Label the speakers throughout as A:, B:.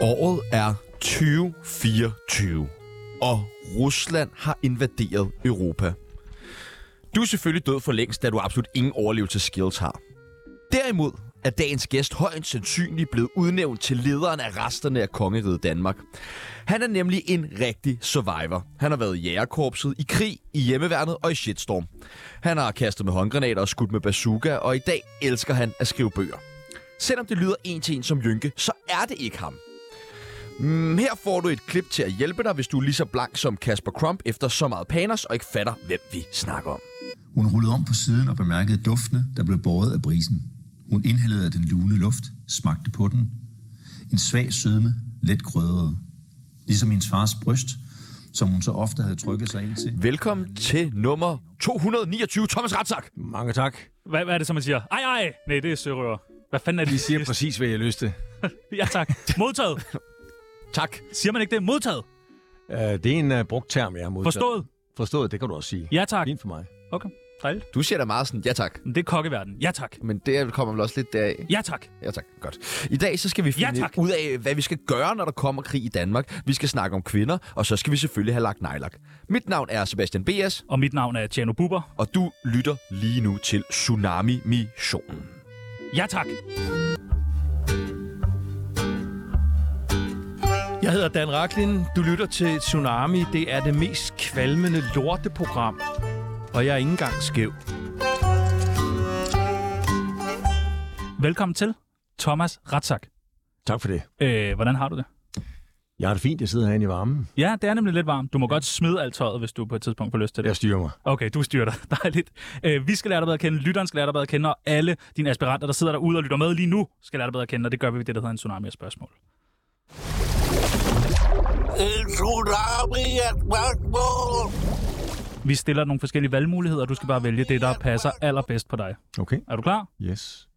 A: Året er 2024, og Rusland har invaderet Europa. Du er selvfølgelig død for længst, da du absolut ingen overlevelseskills har. Derimod er dagens gæst højst sandsynligt blevet udnævnt til lederen af resterne af kongeriget Danmark. Han er nemlig en rigtig survivor. Han har været i jægerkorpset, i krig, i hjemmeværnet og i shitstorm. Han har kastet med håndgranater og skudt med bazooka, og i dag elsker han at skrive bøger. Selvom det lyder en til en som Jynke, så er det ikke ham. Mm, her får du et klip til at hjælpe dig, hvis du er lige så blank som Kasper Crump efter så meget panos og ikke fatter, hvem vi snakker om.
B: Hun rullede om på siden og bemærkede duftene, der blev båret af brisen. Hun inhalerede den lune luft, smagte på den. En svag sødme, let krydret. Ligesom hendes fars bryst, som hun så ofte havde trykket sig ind til.
A: Velkommen til nummer 229, Thomas Ratzak.
C: Mange tak.
D: Hvad, hvad er det så, man siger? Ej, ej! Nej, det er sørøver. Hvad fanden er det,
C: De siger præcis, hvad jeg har lyst til.
D: Ja, tak. Modtaget.
A: Tak.
D: Siger man ikke det? Modtaget.
C: Uh, det er en uh, brugt term, jeg har modtaget.
D: Forstået.
C: Forstået, det kan du også sige.
D: Ja, tak.
C: Fint for mig.
D: Okay, dejligt.
A: Du siger da meget sådan, ja tak.
D: Men det er kokkeverden. Ja, tak.
A: Men det kommer vel også lidt deraf.
D: Ja, tak.
A: Ja tak, godt. I dag så skal vi
D: Ja,
A: finde
D: tak.
A: ud af, hvad vi skal gøre, når der kommer krig i Danmark. Vi skal snakke om kvinder, og så skal vi selvfølgelig have lagt nejlagt. Mit navn er Sebastian Bias,
D: Og mit navn er Tjano Buber.
A: og du lytter lige nu til Tsunami Missionen.
D: Ja, tak.
E: Jeg hedder Dan Raklin. Du lytter til Tsunami. Det er det mest kvalmende lorteprogram. Og jeg er ikke engang skæv.
D: Velkommen til Thomas Ratzak.
C: Tak for det.
D: Øh, hvordan har du det?
C: Jeg har det fint, jeg sidder herinde i varmen.
D: Ja, det er nemlig lidt varmt. Du må godt smide alt tøjet, hvis du på et tidspunkt får lyst til det.
C: Jeg styrer mig.
D: Okay, du styrer dig. Dejligt. Øh, vi skal lære dig bedre at kende, lytteren skal lære dig bedre at kende, og alle dine aspiranter, der sidder derude og lytter med lige nu, skal lære dig bedre at kende, og det gør vi ved det, der hedder en tsunami af spørgsmål.
F: En tsunami af spørgsmål.
D: Vi stiller nogle forskellige valgmuligheder, og du skal bare vælge det, der passer allerbedst på dig.
C: Okay.
D: Er du klar?
C: Yes.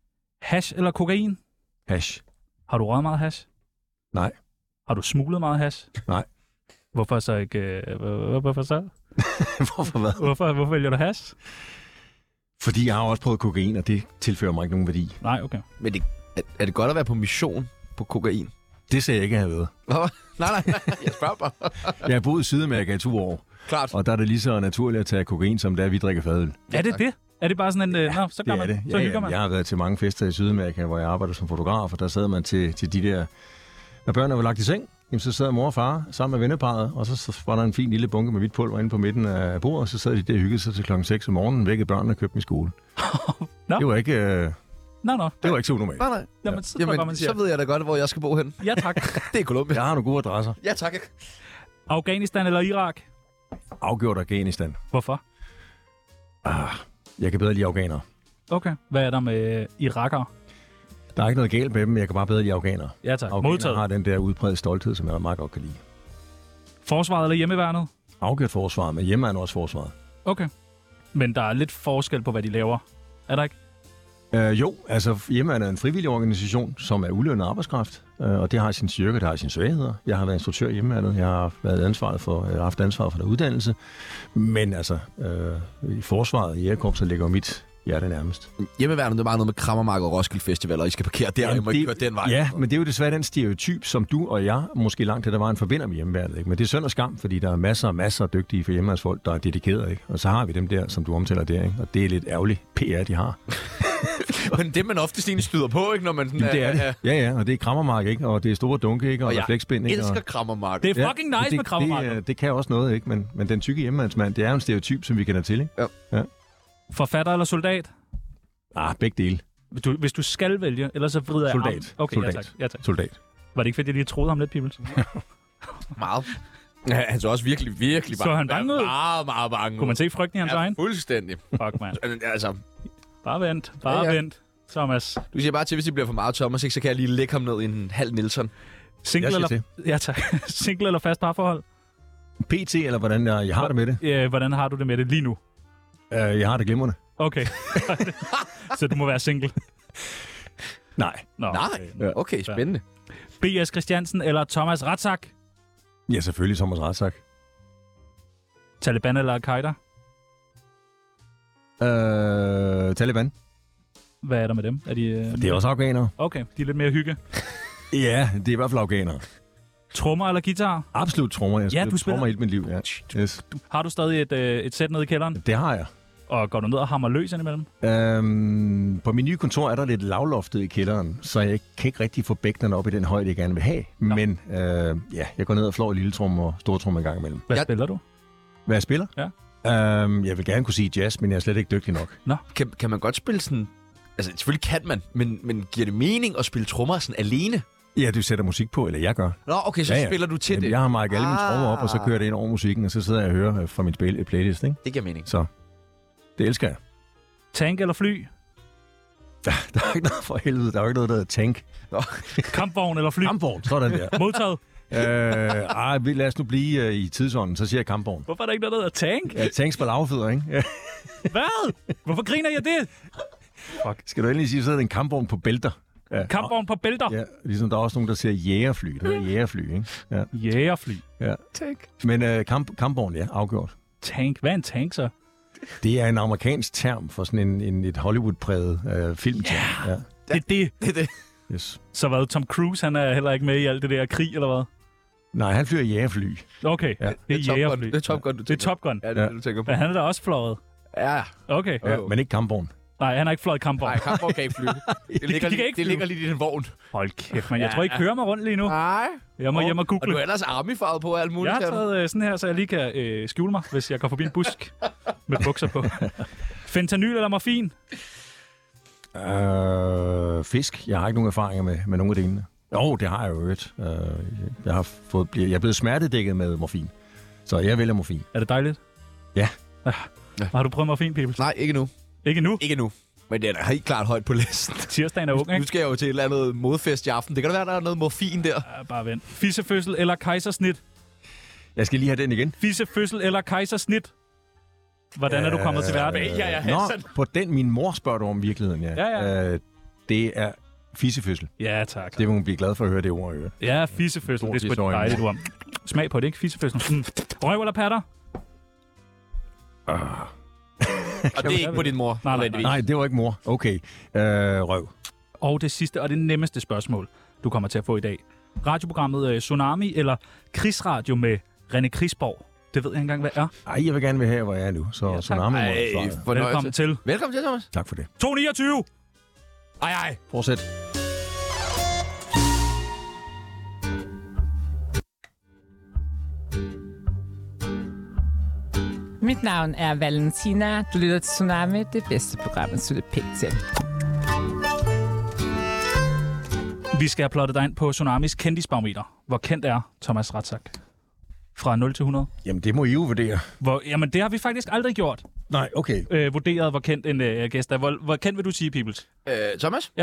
D: Hash eller kokain?
C: Hash.
D: Har du røget meget hash?
C: Nej.
D: Har du smuglet meget hash?
C: Nej.
D: Hvorfor så ikke... Øh, hvor- hvorfor så?
C: Hvorfor hvad?
D: Hvorfor, hvorfor vælger du hash?
C: Fordi jeg har også prøvet kokain, og det tilfører mig ikke nogen værdi.
D: Nej, okay.
A: Men det, er, er det godt at være på mission på kokain?
C: Det sagde jeg ikke, at jeg ved.
A: Nå, nej, nej, nej, jeg spørger bare.
C: Jeg har boet i Sydamerika i to år,
A: Klart.
C: og der er det lige så naturligt at tage kokain, som det er, at vi drikker fadøl.
D: Er det det? Er det bare sådan en... Øh, nå, så
C: Det
D: gør
C: er
D: man.
C: det.
D: Så hygger man.
C: Jeg har været til mange fester i Sydamerika, hvor jeg arbejder som fotograf, og der sad man til, til de der... Når børnene var lagt i seng, jamen, så sad mor og far sammen med venneparet, og så, så var der en fin lille bunke med hvidt pulver inde på midten af bordet, og så sad de der og hyggede sig til klokken 6 om morgenen, vækkede børnene og købte dem i skole.
D: Nå.
C: Det var ikke, øh,
D: Nå, nå.
C: det var ikke så unormalt.
A: Nej, nej.
D: Jamen, så tror jeg bare,
A: Jamen,
D: man siger.
A: så ved jeg da godt, hvor jeg skal bo hen.
D: Ja, tak.
A: Det er Colombia.
C: Jeg har nogle gode adresser.
A: Ja, tak.
D: Afghanistan eller Irak?
C: Afgjort Afghanistan. Ah,
D: Hvorfor?
C: Jeg kan bedre lide afghanere.
D: Okay. Hvad er der med irakere?
C: Der er ikke noget galt med dem, men jeg kan bare bedre lide afghanere.
D: Ja, tak.
C: Afghanere
D: Modtaget.
C: har den der udbredte stolthed, som jeg meget godt kan lide.
D: Forsvaret eller hjemmeværnet?
C: Afgjort forsvaret, men hjemme er også forsvaret.
D: Okay. Men der er lidt forskel på, hvad de laver. Er der ikke?
C: Øh, jo, altså hjemmeværende er en frivillig organisation, som er ulønnet arbejdskraft, øh, og det har sin styrke, det har sine svagheder. Jeg har været instruktør i hjemmeværnet, jeg har været ansvaret for, øh, haft ansvaret for der uddannelse, men altså øh, i forsvaret i Jægerkorpset ligger jo mit hjerte nærmest.
A: Hjemmeværende, det er meget noget med Krammermark og Roskilde Festival, og I skal parkere der, og I må ikke køre den vej.
C: Ja, men det er jo desværre den stereotyp, som du og jeg måske langt til der var en forbinder med hjemmeværnet. Ikke? Men det er synd og skam, fordi der er masser og masser af dygtige for hjemmeværnsfolk, der er dedikeret. Ikke? Og så har vi dem der, som du omtaler der, ikke? og det er lidt ærgerligt PR, de har.
A: Men det, man oftest egentlig støder på, ikke, når man... Sådan,
C: Jamen, det er
A: øh, øh,
C: det. Ja, ja, og det er krammermark, ikke? og det er store dunke, ikke? og,
A: Og
C: og
A: jeg
C: refleksbind. Ikke?
A: elsker
C: Og-
A: Krammermark.
D: Det er fucking nice
C: det,
D: med krammermarker.
C: Det, øh, det kan også noget, ikke? Men, men den tykke hjemmemandsmand, det er jo en stereotyp, som vi kender til, ikke?
D: Forfatter eller soldat?
C: Ah, begge dele.
D: Du, hvis du skal vælge, ellers så vrider jeg
C: Soldat.
D: armen. ah, Okay, Ja,
C: Soldat.
D: tak. ja tak.
C: Soldat.
D: Var det ikke fedt, jeg lige troede ham lidt, Pibels?
A: meget. Ja, han så også virkelig, virkelig
D: Så
A: bange.
D: han bange ud?
A: Meget, meget bange
D: Kunne man se frygten i hans
A: ja,
D: øjne?
A: fuldstændig.
D: Fuck, mand.
A: Altså,
D: Bare vent. Bare
A: Ja, ja.
D: vent. Thomas.
A: du siger bare til, hvis det bliver for meget Thomas, ikke, så kan jeg lige lægge ham ned i en halv Nielsen.
D: Single
C: Jeg
D: eller...
C: siger
D: Ja, tak. Single eller fast parforhold?
C: PT, eller hvordan jeg, jeg har det med det?
D: Ja, Øh, hvordan har du det med det lige nu?
C: Uh, jeg har det glimrende.
D: Okay. så du må være single.
C: Nej.
D: Nå.
A: Nej.
D: okay.
A: Okay, spændende.
D: B.S. Christiansen eller Thomas Ratzak?
C: Ja, selvfølgelig, Thomas Ratzak.
D: Taliban eller Al-Qaida?
C: Uh, Taliban.
D: Hvad er der med dem? Er de... Øh...
C: Det er også afghanere.
D: Okay, de er lidt mere hygge.
C: Ja, det er i hvert fald afghanere.
D: Trommer eller guitar?
C: Absolut trommer. Jeg
D: du spiller-
C: trommer hele mit liv. Ja. Yes.
D: Har du stadig et, øh, et sæt nede i kælderen?
C: Det har jeg.
D: Og går du ned og hammer løs indimellem?
C: Øhm, på min nye kontor er der lidt lavloftet i kælderen, så jeg kan ikke rigtig få bækkenerne op i den højde, jeg gerne vil have. Nå. Men øh, ja, jeg går ned og flår i lille trum og store trum en gang imellem.
D: Hvad
A: Jeg-
D: spiller du?
C: Hvad jeg spiller?
D: Ja.
C: Øhm, jeg vil gerne kunne sige jazz, men jeg er slet ikke dygtig nok.
A: Kan, kan man godt spille sådan... Altså, selvfølgelig kan man, men, men giver det mening at spille trommer sådan alene?
C: Ja, du sætter musik på, eller jeg gør.
A: Nå, okay, så ja,
C: Ja,
A: ja.
C: ja.
A: spiller du til
C: Jamen,
A: det.
C: Jeg har market alle mine
A: Ah.
C: trommer op, og så kører det ind over musikken, og så sidder jeg og hører øh, fra min spil- playlist. Ikke?
A: Det giver mening.
C: Så det elsker jeg.
D: Tank eller fly?
C: Der er ikke noget for helvede. Der er jo ikke noget, der hedder tank.
D: Kampvogn eller fly?
C: Kampvogn, sådan der.
D: Modtaget.
C: øh, ej, vi- lad os nu blive øh, i tidsånden, så siger jeg kampvogn.
D: Hvorfor er der ikke noget, der hedder tank?
C: Ja, tanks på lavfødder, ikke? Ja.
D: Hvad? Hvorfor griner jeg det?
C: Skal du endelig sige, så er det en kampvogn på bælter. Ja.
D: Kampvogn på bælter.
C: Ja, ligesom der er også nogen, der siger jægerfly. Det hedder jægerfly, ikke? Ja.
D: Jægerfly.
C: ja. Tank. Men øh, kamp, kampvogn, ja, afgjort.
D: Tank. Hvad er en tank så?
C: Det er en amerikansk term for sådan en, en et Hollywood-præget øh, filmterm. Yeah.
D: Det er det.
A: Det er det.
C: Ja. Yes.
D: Så hvad, Tom Cruise, han er heller ikke med i alt det der krig, eller hvad?
C: Nej, han flyver jægerfly.
D: Okay, ja. det er
A: Top Gun.
D: jægerfly.
A: Det er Top Gun, du
D: Det er
A: tænker
D: Top Gun.
A: på. Ja, det er det, du tænker på.
D: Men han er da også fløjet.
A: Ja,
D: Okay.
C: Ja, men ikke kampvogn.
D: Nej, han har ikke fløjet
A: nej,
D: kampvogn.
A: kampvogn kan ikke flyve. Det ligger,
D: kan
A: lige,
D: ikke
A: det
D: flyve.
A: ligger lige i den vogn.
D: Hold kæft, man. Jeg tror ikke, jeg kører mig rundt lige nu.
A: Nej.
D: Jeg må hjem og
A: Og du
D: google.
A: er ellers armyfarvet på og alt muligt.
D: Jeg har
A: kan du?
D: taget øh, sådan her, så jeg lige kan øh, skjule mig, hvis jeg går forbi en busk med bukser på. Fentanyl eller morfin?
C: Øh, fisk. Jeg har ikke nogen erfaringer med, med nogen af delene. Jo, det har jeg jo øvrigt. Øh, jeg, har fået, bliver- jeg er blevet smertedækket med morfin. Så jeg vælger morfin.
D: Er det dejligt?
C: Ja.
D: Ah. Har du prøvet morfin, Pibels?
A: Nej, ikke nu.
D: Ikke nu.
A: Ikke nu. Men den er helt klart højt på listen.
D: Tirsdagen er ung,
A: Nu
D: ikke?
A: skal jeg jo til et eller andet modfest i aften. Det kan da være, der er noget morfin der.
D: Ja, Ah, bare vent. Fissefødsel eller kejsersnit?
C: Jeg skal lige have den igen.
D: Fissefødsel eller kejsersnit? Hvordan er du kommet til
A: Øh,
D: verden?
A: Ja, ja,
C: Nå, på den min mor spørger du om virkeligheden, ja.
D: Ja, ja.
C: Øh, det er fissefødsel.
D: Ja, tak.
C: Det vil hun blive glad for at høre det ord. i øvrigt.
D: Ja, fissefødsel.
C: Stor
D: Det er sgu et
C: fissøjne.
D: dejligt ord. Smag på det, ikke? Fissefødsel. Mm. Røv eller patter?
A: Og det er ikke på din mor.
D: nej, nej.
A: nødvendigvis.
C: Nej, det var ikke mor. Okay. Øh, røv.
D: Og det sidste og det nemmeste spørgsmål, du kommer til at få i dag. Radioprogrammet øh, Tsunami eller Krigsradio med René Krisborg. Det ved jeg ikke engang, hvad er.
C: Ej, jeg vil gerne være her, hvor jeg er nu. Så ja, tsunami må
A: Ej,
C: jeg svare.
A: fornøjelse.
D: Velkommen til
A: Velkommen til, Thomas.
C: Tak for det.
D: 229!
A: Ej, ej.
C: Fortsæt.
G: Mit navn er Valentina. Du lytter til Tsunami, det bedste program, at slutte pænt til.
D: Vi skal have plottet dig ind på Tsunamis kendisbarometer. Hvor kendt er Thomas Ratzak? Fra 0 til 100.
C: Jamen, det må I jo vurdere.
D: Hvor, jamen, det har vi faktisk aldrig gjort.
C: Nej, okay.
D: Øh, vurderet, hvor kendt en øh, gæst er. Hvor, hvor kendt vil du sige, Peoples?
A: Øh, Thomas?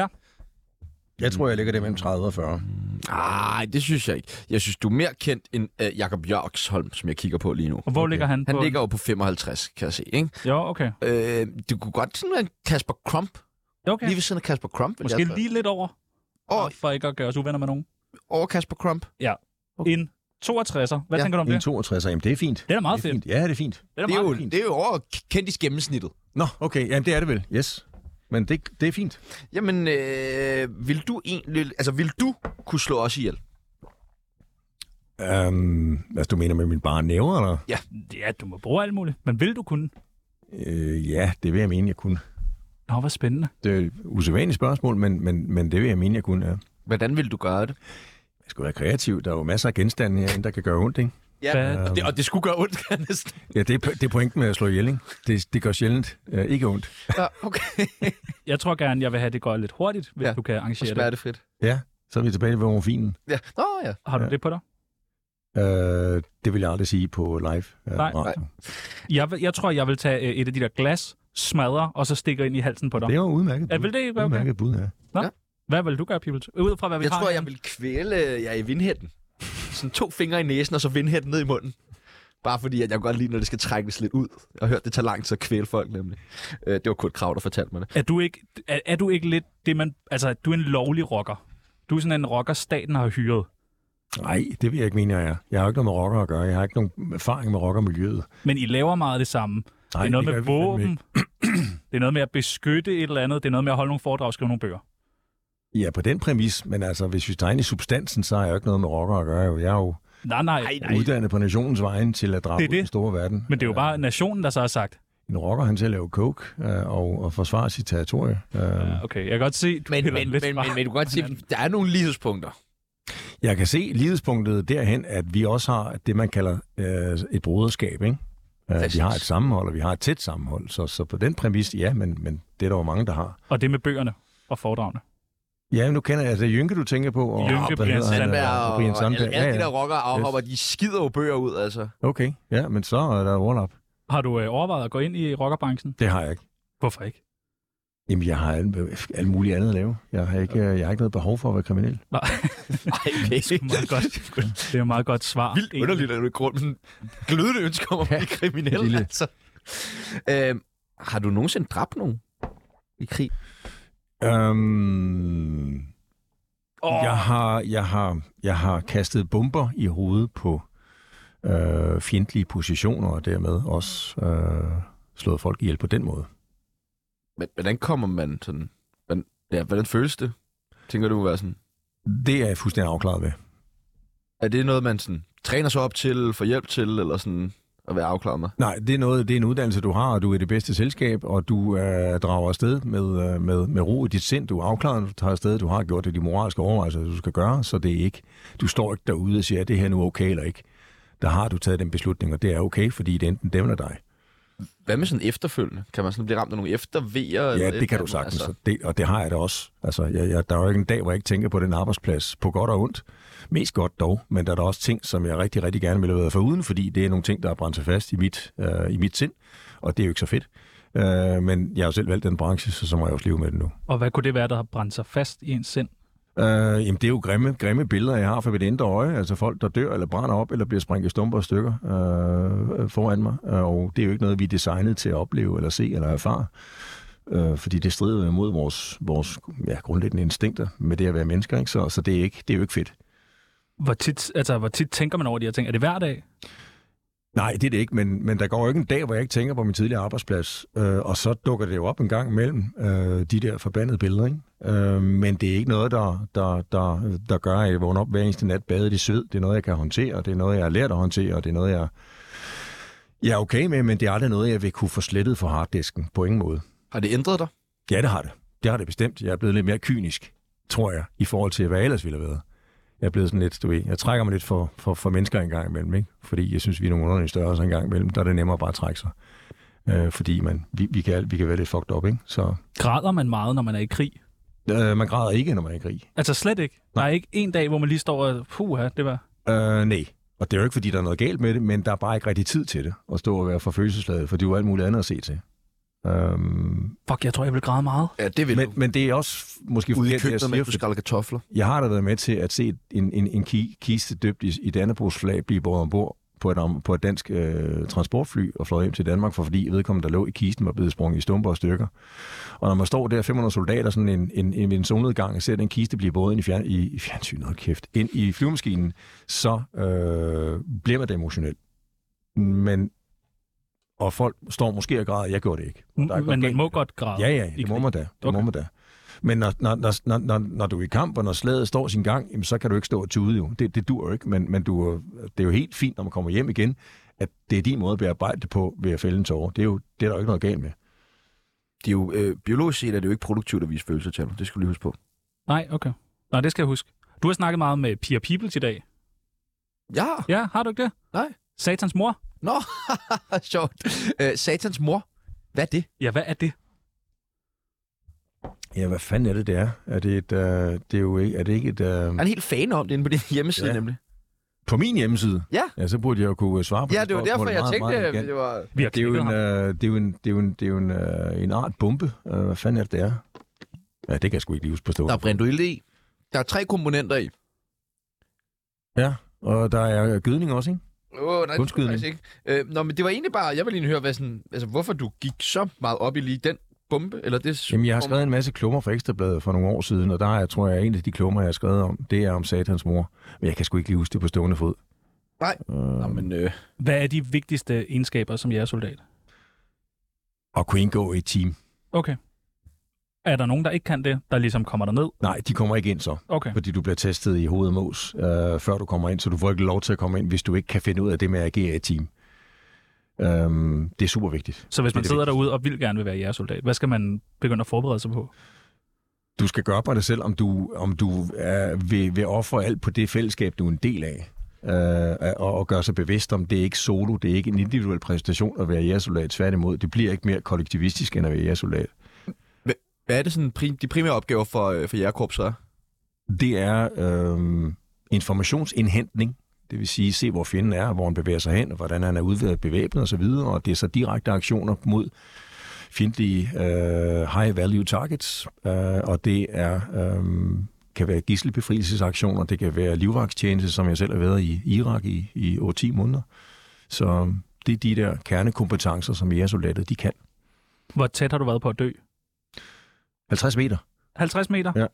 C: Jeg tror, jeg ligger det mellem 30 og 40.
A: Nej, det synes jeg ikke. Jeg synes, du er mere kendt end øh, Jakob Jørgsholm, som jeg kigger på lige nu.
D: Og hvor okay. ligger han?
A: Han
D: på?
A: ligger jo på 55, kan jeg se. Ikke?
D: Jo, okay.
A: Øh, det kunne godt sådan være en Kasper Krump.
D: okay.
A: Lige ved siden af Kasper Krump. vil
D: Måske
A: jeg sige.
D: lige lidt over,
A: Over,
D: for ikke at gøre os uvenner med nogen.
A: over Kasper Krump.
D: Okay. En 62'er. Hvad
A: Ja,
D: ja, tænker du om
C: En
D: det?
C: 62. Jamen, det er fint.
D: Det er da meget
C: det er
D: fedt.
C: fint. Ja, det er fint.
D: Det er da
A: Det er,
D: meget
A: jo,
D: fint.
A: det er jo over kendt i gennemsnittet.
C: Nå, okay. Jamen, det er det vel. Yes. Men det, det er fint.
A: Jamen, øh, vil du egentlig... Altså, vil du kunne slå os ihjel?
C: Øhm, hvad du mener med min bare næver, eller?
D: Ja, du må bruge alt muligt. Men vil du kunne?
C: Øh, ja, det vil jeg mene, jeg kunne.
D: Nå, hvor spændende.
C: Det er et usædvanligt spørgsmål, men, men, men det vil jeg mene, jeg kunne, ja.
A: Hvordan vil du gøre det?
C: Jeg skal være kreativ. Der er jo masser af genstande herinde, der kan gøre ondt, ikke?
A: Ja,
D: Hvad-
A: og det, og det skulle gøre ondt, kan jeg næsten.
C: Ja, det er, det er pointen med at slå ihjel, ikke? Det, det gør sjældent øh, ikke ondt.
A: Ja, okay.
D: Jeg tror gerne, jeg vil have, det går lidt hurtigt, hvis
A: Ja,
D: ja. du kan arrangere det.
A: Smertefrit.
C: Ja, så er vi tilbage ved morfinen.
A: Ja. Nå, ja.
D: Har du ja.
C: Ja.
D: det på dig?
C: Øh, det vil jeg aldrig sige på live. Øh,
D: Nej.
C: radio.
D: Jeg, vil- jeg tror, jeg vil tage øh, et af de der glas, smadre, og så stikker ind i halsen på dig.
C: Det var udmærket
D: Ja,
C: bud.
D: vil det være okay?
C: udmærket bud, ja.
D: Hvad vil du gøre, Pibels? Ud fra, hvad vi
A: Jeg
D: har
A: tror,
D: her.
A: jeg vil kvæle jer i vindhætten. Sådan to fingre i næsen, og så vindhætten ned i munden. Bare fordi, at jeg godt lide, når det skal trækkes lidt ud. Jeg har hørt, det tager lang tid at kvæle folk, nemlig. Øh, det var Kurt Krav, der fortalte mig det.
D: Er du ikke, er, er du ikke lidt det, man... Altså, du er en lovlig rocker. Du er sådan en rocker, staten har hyret.
C: Nej, det vil jeg ikke mene, jeg er. Jeg har jo ikke noget med rocker at gøre. Jeg har ikke nogen erfaring med rockermiljøet.
D: Men I laver meget af det samme.
C: Nej,
D: det er noget
C: det
D: med
C: gør vi fandme
D: våben. det er noget med at beskytte et eller andet. Det er noget med at holde nogle foredrag og skrive nogle bøger.
C: Ja, på den præmis, men altså, hvis vi tager ind i substansen, så har jeg jo ikke noget med rocker at gøre. jo. Jeg er jo
D: Nej, nej. nej, nej.
C: uddannet på nationens vejen til at drage
D: Det
C: ud
D: er
C: i den
D: det.
C: store verden.
D: Men det er jo
C: Øh,
D: bare nationen, der så har sagt.
C: En rocker, han til at lave coke øh, og, og forsvare sit territorie. Øh, ja.
D: Ja, okay, jeg kan godt se, du
A: Men,
D: piller
A: men,
D: den lidt
A: men,
D: fra
A: men, men, du kan godt se,
D: hinanden.
A: der er nogle lighedspunkter.
C: Jeg kan se lidespunktet derhen, at vi også har det, man kalder øh, et broderskab. Ikke? Øh, vi
A: Præcis.
C: har et sammenhold, og vi har et tæt sammenhold. Så, så på den præmis, ja, men, men det er der jo mange, der har.
D: Og det med bøgerne og foredragene.
C: Ja, men nu kender jeg altså Jynke, du tænker på. Og,
D: Jynke,
C: og,
D: Brian Sandberg
A: Og,
C: og,
A: og,
C: Brian
A: og, alle,
C: Sandberg.
A: alle de
C: Ja,
A: der
C: ja.
A: rockere afhopper, de skider jo bøger ud, altså.
C: Okay, ja, men så er der overlap.
D: Har du øh, overvejet at gå ind i rockerbranchen?
C: Det har jeg ikke.
D: Hvorfor ikke?
C: Jamen, jeg har alt, alt muligt andet at lave. Jeg har, ikke, øh, jeg har ikke noget behov for at være kriminel.
D: Nej,
A: Ej, okay.
D: det er meget godt. Det er et meget godt svar.
A: Vildt
D: egentlig.
A: underligt, at du i grunden glødende ønske om at blive kriminel,
C: lille.
A: altså. Øhm, har du nogensinde dræbt nogen i krig?
C: Øhm, oh. jeg, har, jeg, har, jeg har kastet bomber i hovedet på øh, fjendtlige positioner, og dermed også øh, slået folk ihjel på den måde.
A: Men, hvordan kommer man sådan... Hvordan, ja, hvordan føles det? Tænker du at være sådan...
C: Det er jeg fuldstændig afklaret ved.
A: Er det noget, man sådan, træner sig op til, får hjælp til, eller sådan at være afklaret med?
C: Nej, det er, noget, det er en uddannelse, du har, og du er i det bedste selskab, og du øh, drager afsted med, øh, med, med ro i dit sind. Du er afklaret, du tager afsted, du har gjort det, de moralske overvejelser, du skal gøre, så det er ikke, du står ikke derude og siger, er det her nu okay eller ikke? Der har du taget den beslutning, og det er okay, fordi det er enten dem eller dig.
A: Hvad med sådan efterfølgende? Kan man sådan blive ramt af nogle eftervejer?
C: Ja, det kan du sagtens, altså. det, og det har jeg da også. Altså, jeg, jeg, der er jo ikke en dag, hvor jeg ikke tænker på den arbejdsplads, på godt og ondt. Mest godt dog, men der er da også ting, som jeg rigtig, rigtig gerne ville have været foruden, fordi det er nogle ting, der har brændt sig fast i mit, øh, i mit sind, og det er jo ikke så fedt. Øh, men jeg har jo selv valgt den branche, så så må jeg også leve med det nu.
D: Og hvad kunne det være, der har brændt sig fast i ens sind?
C: Øh, jamen, det er jo grimme, grimme billeder, jeg har fra mit indre øje. Altså folk, der dør, eller brænder op, eller bliver sprængt i stumper og stykker øh, foran mig. Og det er jo ikke noget, vi er designet til at opleve, eller se, eller erfare. Øh, fordi det strider jo imod vores, vores ja, grundlæggende instinkter med det at være mennesker. Ikke? Så, så det, er ikke, det er jo ikke fedt.
D: Hvor tit, altså, hvor tit tænker man over de her ting? Er det hver dag?
C: Nej, det er det ikke, men, men der går jo ikke en dag, hvor jeg ikke tænker på min tidligere arbejdsplads, øh, og så dukker det jo op en gang imellem, øh, de der forbandede billeder, ikke? Øh, men det er ikke noget, der, der, der, der gør, at jeg vågner op hver eneste nat badet i sved. Det er noget, jeg kan håndtere, det er noget, jeg har lært at håndtere, og det er noget, jeg, jeg er okay med, men det er aldrig noget, jeg vil kunne få slettet fra harddisken, på ingen måde.
A: Har det ændret dig?
C: Ja, det har det. Det har det bestemt. Jeg er blevet lidt mere kynisk, tror jeg, i forhold til, hvad jeg ellers ville have været. Jeg er blevet sådan lidt, du ved, jeg trækker mig lidt for, for, for mennesker en gang imellem, ikke? Fordi jeg synes, vi er nogle underlige størrelser en gang imellem. Der er det nemmere bare at trække sig. Øh, fordi man, vi, vi, kan, vi kan være lidt fucked up, ikke? Så
D: Græder man meget, når man er i krig?
C: øh, man græder ikke, når man er i krig.
D: Altså slet ikke. Nej. Der er ikke en dag, hvor man lige står og... Puha, det var...
C: Øh, nej. Og det er jo ikke, fordi der er noget galt med det, men der er bare ikke rigtig tid til det, at stå og være for følelsesladet, for det er jo alt muligt andet at se til. Øhm,
D: Fuck, jeg tror, jeg vil græde meget.
A: Ja, det vil
C: men, men det er også måske
A: Ude i
C: forkert, det jeg
A: køkkenet med,
C: siger,
A: at du skræller kartofler.
C: Jeg har da været med til at se en, en, en ki, kiste døbt i, i Dannebrogs flag blive båret ombord på et, om- på et dansk øh, transportfly og fløjet hjem til Danmark, for fordi vedkommende, der lå i kisten, var blevet sprunget i stumper og stykker. Og når man står der, 500 soldater, sådan en, en, en, en solnedgang, og ser den kiste blive båret ind i, fjern, i, i fjernsynet, hold kæft, ind i flyvemaskinen, så øh, bliver man da emotionel. Men, og folk står måske og græder, jeg gjorde det ikke. Der er ikke
D: Mm, Men
C: noget
D: man
C: galt
D: må
C: med det.
D: godt græde.
C: Ja, ja,
D: i
C: det må
D: krig.
C: man da. Det okay. må
D: Okay.
C: man da. Men når, når, når, når, når, når du er i kamp, og når slaget står sin gang, jamen, så kan du ikke stå og tude jo. Det, det dur jo ikke, men, men du, er- det er jo helt fint, når man kommer hjem igen, at det er din måde at bearbejde det på ved at fælde en tårer. Det er, jo, det er der jo ikke noget galt med.
A: Det er jo, øh, biologisk set er det jo ikke produktivt at vise følelser til ham. Det skal du lige huske på.
D: Nej, okay. Nå, det skal jeg huske. Du har snakket meget med Pia Peoples i dag.
A: Ja,
D: Ja, har du ikke det?
A: Nej.
D: Satans mor?
A: nå, sjovt. Øh, satans mor. Hvad er det?
D: Ja, hvad er det?
C: Ja, hvad fanden er det, det er? Er det, et, øh, det er jo ikke, er det ikke et... Øh...
A: Der er en helt fan om det inde på din hjemmeside,
C: Ja.
A: ja. nemlig.
C: På min hjemmeside?
A: Ja.
C: Ja, så burde jeg jo kunne øh, svare på
A: Ja, det var derfor,
C: spørgsmål
A: jeg tænkte,
C: meget,
A: øh,
C: meget
A: at
C: elegant.
A: det var...
D: Vi har
C: Det er jo
D: knækket
C: en,
D: ham.
C: øh, det er jo en, det er jo en, det er jo en, øh, en art bombe. Øh, hvad fanden er det, det er? Ja, det kan jeg sgu ikke lige huske på stående.
A: Der er brindoil i. Der er tre komponenter i.
C: Ja, og der er gødning også, ikke?
A: Åh, oh, nej, det tror
C: Kunstskydning.
A: jeg faktisk ikke. Øh, nå, men det var egentlig bare, jeg vil lige høre, hvad sådan, altså, hvorfor du gik så meget op i lige den bombe, eller det...
C: Jamen, jeg har skrevet en masse klummer for Ekstrabladet for nogle år siden, og der er, tror jeg, en af de klummer, jeg har skrevet om, det er om satans mor. Men jeg kan sgu ikke lige huske det på stående fod.
A: Nej.
C: Øh,
A: Nå, men øh,
D: Hvad er de vigtigste egenskaber som jeres soldat?
C: og kunne indgå i et team.
D: Okay. Er der nogen, der ikke kan det, der ligesom kommer derned?
C: Nej, de kommer ikke ind så,
D: Okay.
C: fordi du bliver testet i hovedet mos, øh, før du kommer ind, så du får ikke lov til at komme ind, hvis du ikke kan finde ud af det med at agere i et team. Øhm, det er super vigtigt.
D: Så hvis
C: Det er
D: man
C: det
D: sidder derude og vil gerne vil være jægersoldat, hvad skal man begynde at forberede sig på?
C: Du skal gøre på dig selv, om du, om du er, vil, vil ofre alt på det fællesskab, du er en del af. Øh, og, og gøre sig bevidst om, det er ikke solo, det er ikke en individuel præstation at være jægersoldat. Tværtimod, det bliver ikke mere kollektivistisk end at være jægersoldat.
A: Hvad er det sådan, prim- de primære opgaver for, øh, for jægerkorpset er?
C: det er øh, informationsindhentning. Det vil sige, se hvor fjenden er, og hvor han bevæger sig hen, og hvordan han er udværet bevæbnet osv., og det er så direkte aktioner mod fjendtlige øh, high-value targets, øh, og det er, øh, kan være gisselbefrielsesaktioner, det kan være livvagtstjeneste, som jeg selv har været i Irak i, i 8-10 måneder. Så det er de der kernekompetencer, som jægersoldatet, de kan.
D: Hvor tæt har du været på at dø?
C: 50 meter.
D: 50 meter?
C: Ja.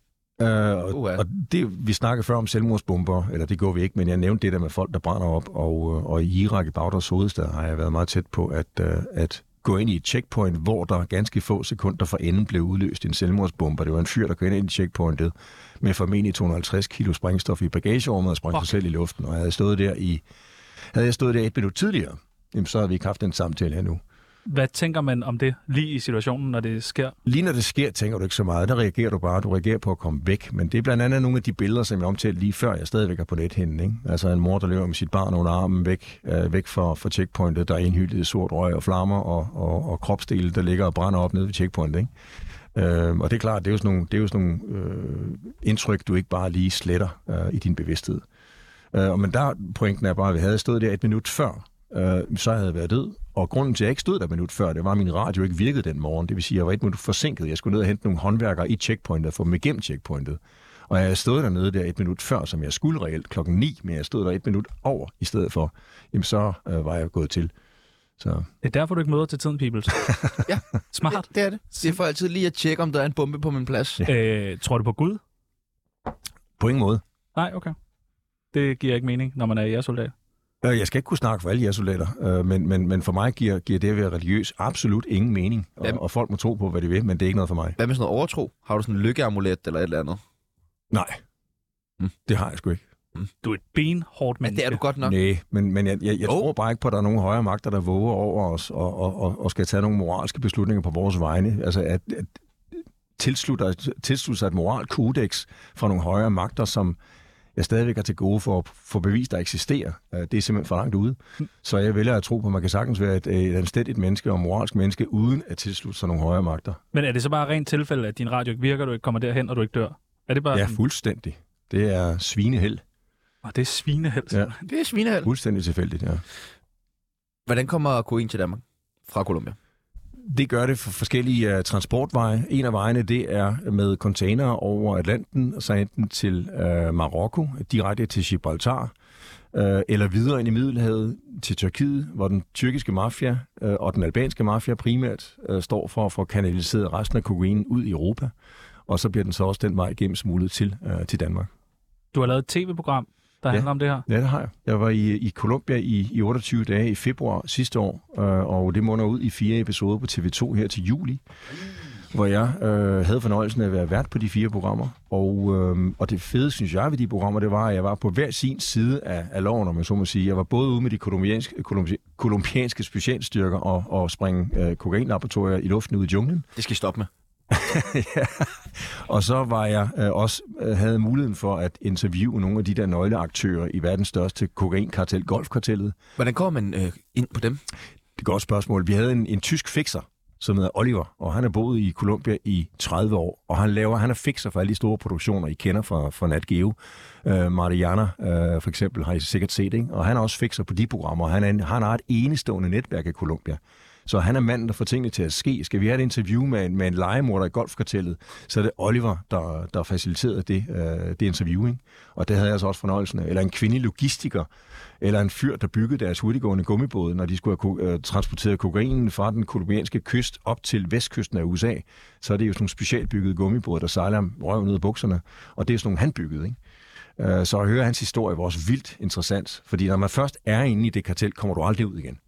C: Øh, og,
A: Uha.
C: og det, vi snakkede før om selvmordsbomber, eller det gjorde vi ikke, men jeg nævnte det der med folk, der brænder op, og, øh, og i Irak, i Bagdads hovedstad, har jeg været meget tæt på at, øh, at gå ind i et checkpoint, hvor der ganske få sekunder fra enden blev udløst en selvmordsbomber. Det var en fyr, der gik ind i checkpointet med formentlig 250 kilo sprængstof i bagagerummet og sprang sig selv i luften, og havde stået der i... Havde jeg stået der et minut tidligere, jamen, så havde vi ikke haft den samtale her nu.
D: Hvad tænker man om det lige i situationen, når det sker?
C: Lige når det sker, tænker du ikke så meget. Der reagerer du bare. Du reagerer på at komme væk. Men det er blandt andet nogle af de billeder, som jeg omtalte lige før, jeg stadigvæk er på nethinden. Ikke? Altså en mor, der løber med sit barn under armen væk, øh, væk fra, fra checkpointet, der er indhyldet i sort røg og flammer og, og, og kropsdele, der ligger og brænder op nede ved checkpointet. Ikke? Øh, og det er klart, det er jo sådan nogle, det er jo sådan nogle øh, indtryk, du ikke bare lige sletter øh, i din bevidsthed. Øh, og men der pointen er bare, at vi havde stået der et minut før, øh, så havde jeg været død. Og grunden til, at jeg ikke stod der et minut før, det var, at min radio ikke virkede den morgen. Det vil sige, at jeg var et minut forsinket. Jeg skulle ned og hente nogle håndværkere i checkpointet og få dem igennem checkpointet. Og jeg havde stået dernede der et minut før, som jeg skulle reelt klokken 9, men jeg stod der et minut over i stedet for, jamen så øh, var jeg gået til. Så
D: Det er derfor, du ikke møder til tiden, Peoples.
A: Ja.
D: Smart.
A: Det er det. Det er for altid lige at tjekke, om der er en bombe på min plads.
D: Øh, tror du på Gud?
C: på ingen måde.
D: Nej, okay. Det giver ikke mening, når man er jægersoldat.
C: Øh, Jeg skal ikke kunne snakke for alle jeres soldater, øh, men, men, men for mig giver, giver det at være religiøs absolut ingen mening. Og,
A: Jamen.
C: og folk må tro på, hvad de vil, men det er ikke noget for mig.
A: Hvad med sådan noget overtro? Har du sådan en lykkeamulet eller et eller andet?
C: Nej,
A: Mm.
C: det har jeg sgu ikke.
D: Du er et benhårdt
A: Ja,
D: menneske.
A: det er du godt nok.
C: Nej, men, men jeg, jeg, jeg
A: Jo.
C: tror bare ikke på, at der er nogen højere magter, der våger over os og, og, og, og skal tage nogle moralske beslutninger på vores vegne. Altså at, at tilslutte, tilslutte sig et moralkodex fra nogle højere magter, som jeg stadigvæk har til gode for at få bevis, der eksisterer. Øh, Det er simpelthen for langt ude. Så jeg vælger at tro på, at man kan sagtens være et, øh, et anstændigt menneske og moralsk menneske, uden at tilslutte sig nogle højere magter.
D: Men er det så bare rent tilfælde, at din radio ikke virker, du ikke kommer derhen, og du ikke dør? Er det bare
C: Ja,
D: sådan-
C: fuldstændig. Det er svineheld.
D: Åh, det er svineheld.
C: Ja.
D: Ja.
A: Det er svinehal.
C: Fuldstændig tilfældigt, ja.
A: Hvordan kommer kokain til Danmark? Fra Colombia.
C: Det gør det for forskellige uh, transportveje. En af vejene, det er med container over Atlanten, og så enten til uh, Marokko, direkte til Gibraltar, uh, eller videre ind i Middelhavet til Tyrkiet, hvor den tyrkiske mafia uh, og den albanske mafia primært uh, står for at få kanaliseret resten af kokainen ud i Europa. Og så bliver den så også den vej igennem smuglet til, uh, til Danmark.
D: Du har lavet et tv-program, der
C: Ja.
D: ja. handler om det her.
C: Ja, det har jeg. Jeg var i, i Colombia i, i 28 dage i februar sidste år, øh, og det munder ud i fire episoder på TV2 her til juli, hvor jeg øh, havde fornøjelsen af at være vært på de fire programmer. Og, øh, og det fede, synes jeg, ved de programmer, det var, at jeg var på hver sin side af, af loven, om man så må sige. Jeg var både ude med de kolumbianske, kolumbi- kolumbianske specialstyrker og, og springe øh, kokainlaboratorier i luften ud i junglen.
A: Det skal I stoppe med.
C: Ja. Og så var jeg øh, også øh, havde muligheden for at interviewe nogle af de der nøgleaktører i verdens største kokainkartel, Golfkartellet.
A: Hvordan kommer man øh, ind på dem?
C: Det er et godt spørgsmål. Vi havde en, en tysk fixer, som hedder Oliver, og han har boet i Colombia i 30 år, og han laver, han er fixer for alle de store produktioner, I kender fra, fra Nat Geo. Øh, Mariana, øh, for eksempel, har I sikkert set, ikke? og han er også fixer på de programmer, og han, er, en- han har et enestående netværk i Colombia. Så han er manden, der får tingene til at ske. Skal vi have et interview med en, med en legemorder i golfkartellet, så er det Oliver, der, der faciliterede det, øh, det interview. Ikke? Og det havde jeg så også fornøjelsen af. Eller en kvindelig logistiker, eller en fyr, der byggede deres hurtiggående gummibåde, når de skulle have ko- øh, transporteret kokainen fra den kolumbianske kyst op til vestkysten af USA. Så er det jo sådan nogle specialbyggede gummibåde, der sejler om røven ud af bukserne. Og det er sådan nogle, han byggede. Ikke? Øh, Så at høre hans historie var også vildt interessant, fordi når man først er inde i det kartel, kommer du aldrig ud igen.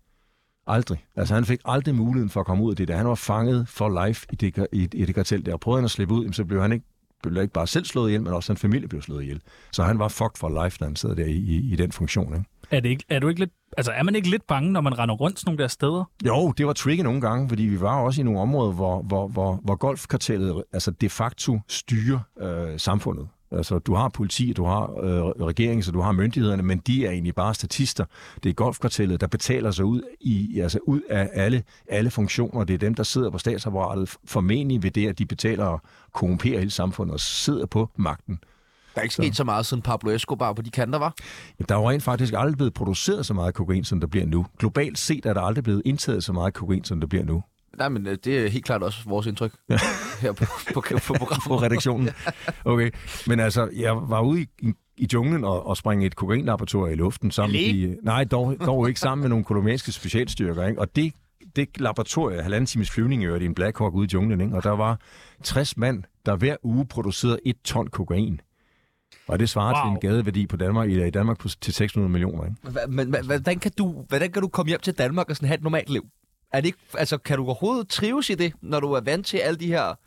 C: Aldrig. Altså han fik aldrig muligheden for at komme ud af det der. Han var fanget for life i det, i, i det kartel der. Og prøvede han at slippe ud, jamen, så blev han ikke, blev ikke bare selv slået ihjel, men også hans familie blev slået ihjel. Så han var fucked for life, da han sad der i, i, i den funktion. Ikke?
D: Er, det ikke, er, du ikke lidt, altså, er man ikke lidt bange, når man render rundt sådan nogle der steder?
C: Jo, det var tricky nogle gange, fordi vi var også i nogle områder, hvor, hvor, hvor, hvor golfkartellet altså de facto styrer øh, samfundet. Altså, du har politi, du har øh, regeringen, så du har myndighederne, men de er egentlig bare statister. Det er golfkartellet, der betaler sig ud, i, altså ud af alle, alle funktioner. Det er dem, der sidder på statsapparatet, formentlig ved det, at de betaler og korrumperer hele samfundet og sidder på magten.
A: Der er ikke sket så meget siden Pablo Escobar på de kanter, var.
C: Jamen, der er jo rent faktisk aldrig blevet produceret så meget kokain, som der bliver nu. Globalt set er der aldrig blevet indtaget så meget kokain, som der bliver nu.
A: Nej, men øh, det er helt klart også vores indtryk her på, på, på, på programmet.
C: på redaktionen. Okay, men altså, jeg var ude i, i junglen og, og springe et kokainlaboratorium i luften sammen med de, Nej, dog, dog ikke sammen med nogle kolumbianske specialstyrker, ikke? Og det, det laboratorium, halvanden times flyvning i øvrigt i en Black Hawk ude i junglen, ikke? Og der var 60 mand, der hver uge producerede et ton kokain. Og det svarer wow. til
D: Wow.
C: en gadeværdi på Danmark, i i Danmark på, til 600 millioner, ikke?
A: Hva- Men hva- hvordan kan, du, hvordan kan du komme hjem til Danmark og sådan have et normalt liv? Er det ikke, altså, kan du overhovedet trives i det, når du er vant til alle de her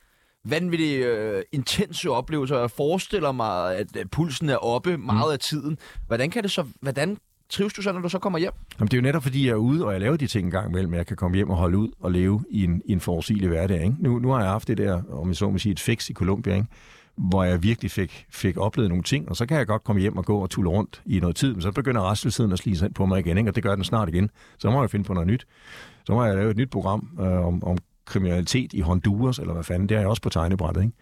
A: vanvittige, øh, intense oplevelser? Jeg forestiller mig, at øh, pulsen er oppe meget af tiden. Hvordan kan det så... Hvordan trives du så, når du så kommer hjem?
C: Jamen, det er jo netop, fordi jeg er ude, og jeg laver de ting en gang imellem, at jeg kan komme hjem og holde ud og leve i en, i en forudsigelig hverdag. Ikke? Nu, nu har jeg haft det der, om jeg så må sige, et fix i Colombia, ikke? hvor jeg virkelig fik, fik oplevet nogle ting, og så kan jeg godt komme hjem og gå og tulle rundt i noget tid, men så begynder restløsheden at slise ind på mig igen, ikke? og det gør den snart igen. Så må jeg finde på noget nyt. Så må jeg lave et nyt program øh, om, om kriminalitet i Honduras, eller hvad fanden, det er jeg også på tegnebrættet. Ikke?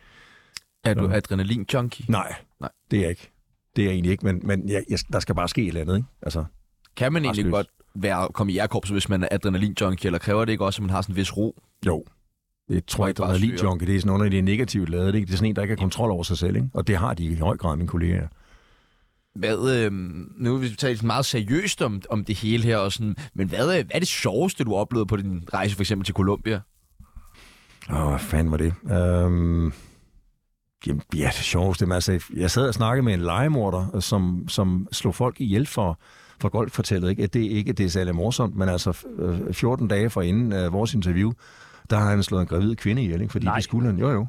A: Er du adrenalin-junkie?
C: Nej,
A: Nej.
C: det er jeg ikke. Det er jeg egentlig ikke, men, men jeg, jeg, der skal bare ske et eller andet. Ikke? Altså,
A: Kan man egentlig
C: Rastløs.
A: godt være, komme i jærkorpset, hvis man er adrenalin-junkie, eller kræver det ikke også, at man har sådan en vis ro?
C: Jo. Det tror jeg,
A: ikke bare styrer.
C: adrenalin-junkie, det er sådan noget, det er negativt lavet. Ikke? Det er sådan en, der ikke har kontrol over sig selv. Ikke? Og det har de i høj grad, mine kolleger.
A: Hvad, øh, nu vil vi tale sådan meget seriøst om, om det hele her, og sådan, men hvad, øh, hvad er det sjoveste, du oplevede på din rejse for eksempel til Colombia?
C: Åh, hvad fanden var det? Øhm, jamen, ja, det sjoveste. Men altså, jeg sad og snakkede med en legemorder, som, som slog folk ihjel for, for golffortællet. Ikke? At det ikke det er særlig morsomt, men altså øh, 14 dage fra inden øh, vores interview, der har han slået en gravid kvinde ihjel, ikke? fordi Nej. det skulle han. Jo, jo.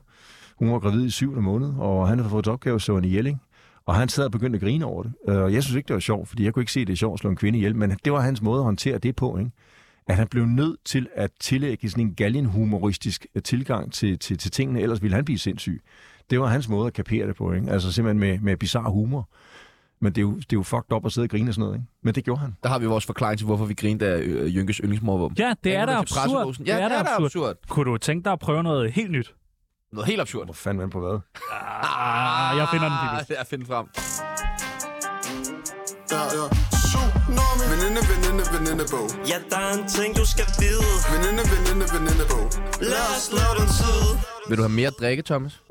C: Hun var gravid i syvende måned, og han havde fået til opgave at slå hende ihjel, ikke? Og han sad og begyndte at grine over det. Øh, Og jeg synes ikke, det var sjovt, fordi jeg kunne ikke se, det er sjovt at slå en kvinde ihjel, men det var hans måde at håndtere det på, ikke? at han blev nødt til at tillægge sådan en galgenhumoristisk øh, tilgang til, til, til tingene, ellers ville han blive sindssyg. Det var hans måde at kapere det på, ikke? altså simpelthen med, med bizarre humor. Men det er, jo, det er jo fucked up at sidde og grine og sådan noget, ikke? Men det gjorde han.
A: Der har vi vores forklaring til, hvorfor vi grinede af øh, Jynkes yndlingsmorvåben.
D: Ja, det er da
A: til
D: absurd.
A: presselogen. Ja, det er da absurd.
D: Kunne du tænke dig at prøve noget helt nyt?
A: Noget helt absurd.
C: Hvor fanden var han på hvad?
D: Ah, jeg finder den, Pibels.
A: Ah, jeg finder frem.
H: Ja, ja. Tsunami. Veninde, veninde, veninde bog.
I: Ja, der er en ting, du skal vide.
H: Veninde, veninde, veninde bog.
I: Lad os lave den tid.
A: Vil du have mere at drikke, Thomas?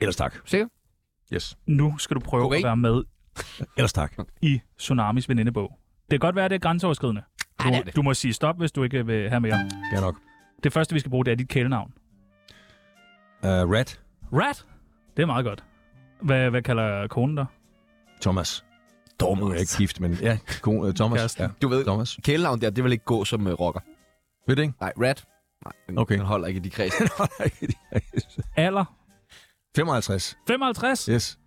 C: Ellers tak.
A: Sikker?
C: Yes.
D: Nu skal du prøve
A: Ah. Okay.
D: at være med
C: Ellers tak.
D: i Tsunamis venindebog. Det kan godt være, det er grænseoverskridende. Du, du må sige stop, hvis du ikke vil have mere.
C: Ja nok.
D: Det første, vi skal bruge, det er dit kælenavn.
C: Uh, Rat.
D: Rat! Det er meget godt. Hvad, hvad kalder konen dig?
C: Thomas. Dormus. Nu er jeg ikke gift, men altså. ja, kone, uh, Thomas.
D: Kæresten.
C: Ja.
A: Du ved,
C: Thomas.
A: kælenavn der, det vil ikke gå som uh, rocker.
C: Ved det ikke?
A: Nej, rat. Nej, den,
C: Okay.
A: den holder ikke i de kreds.
D: Alder?
C: 55.
D: 55?
C: Yes.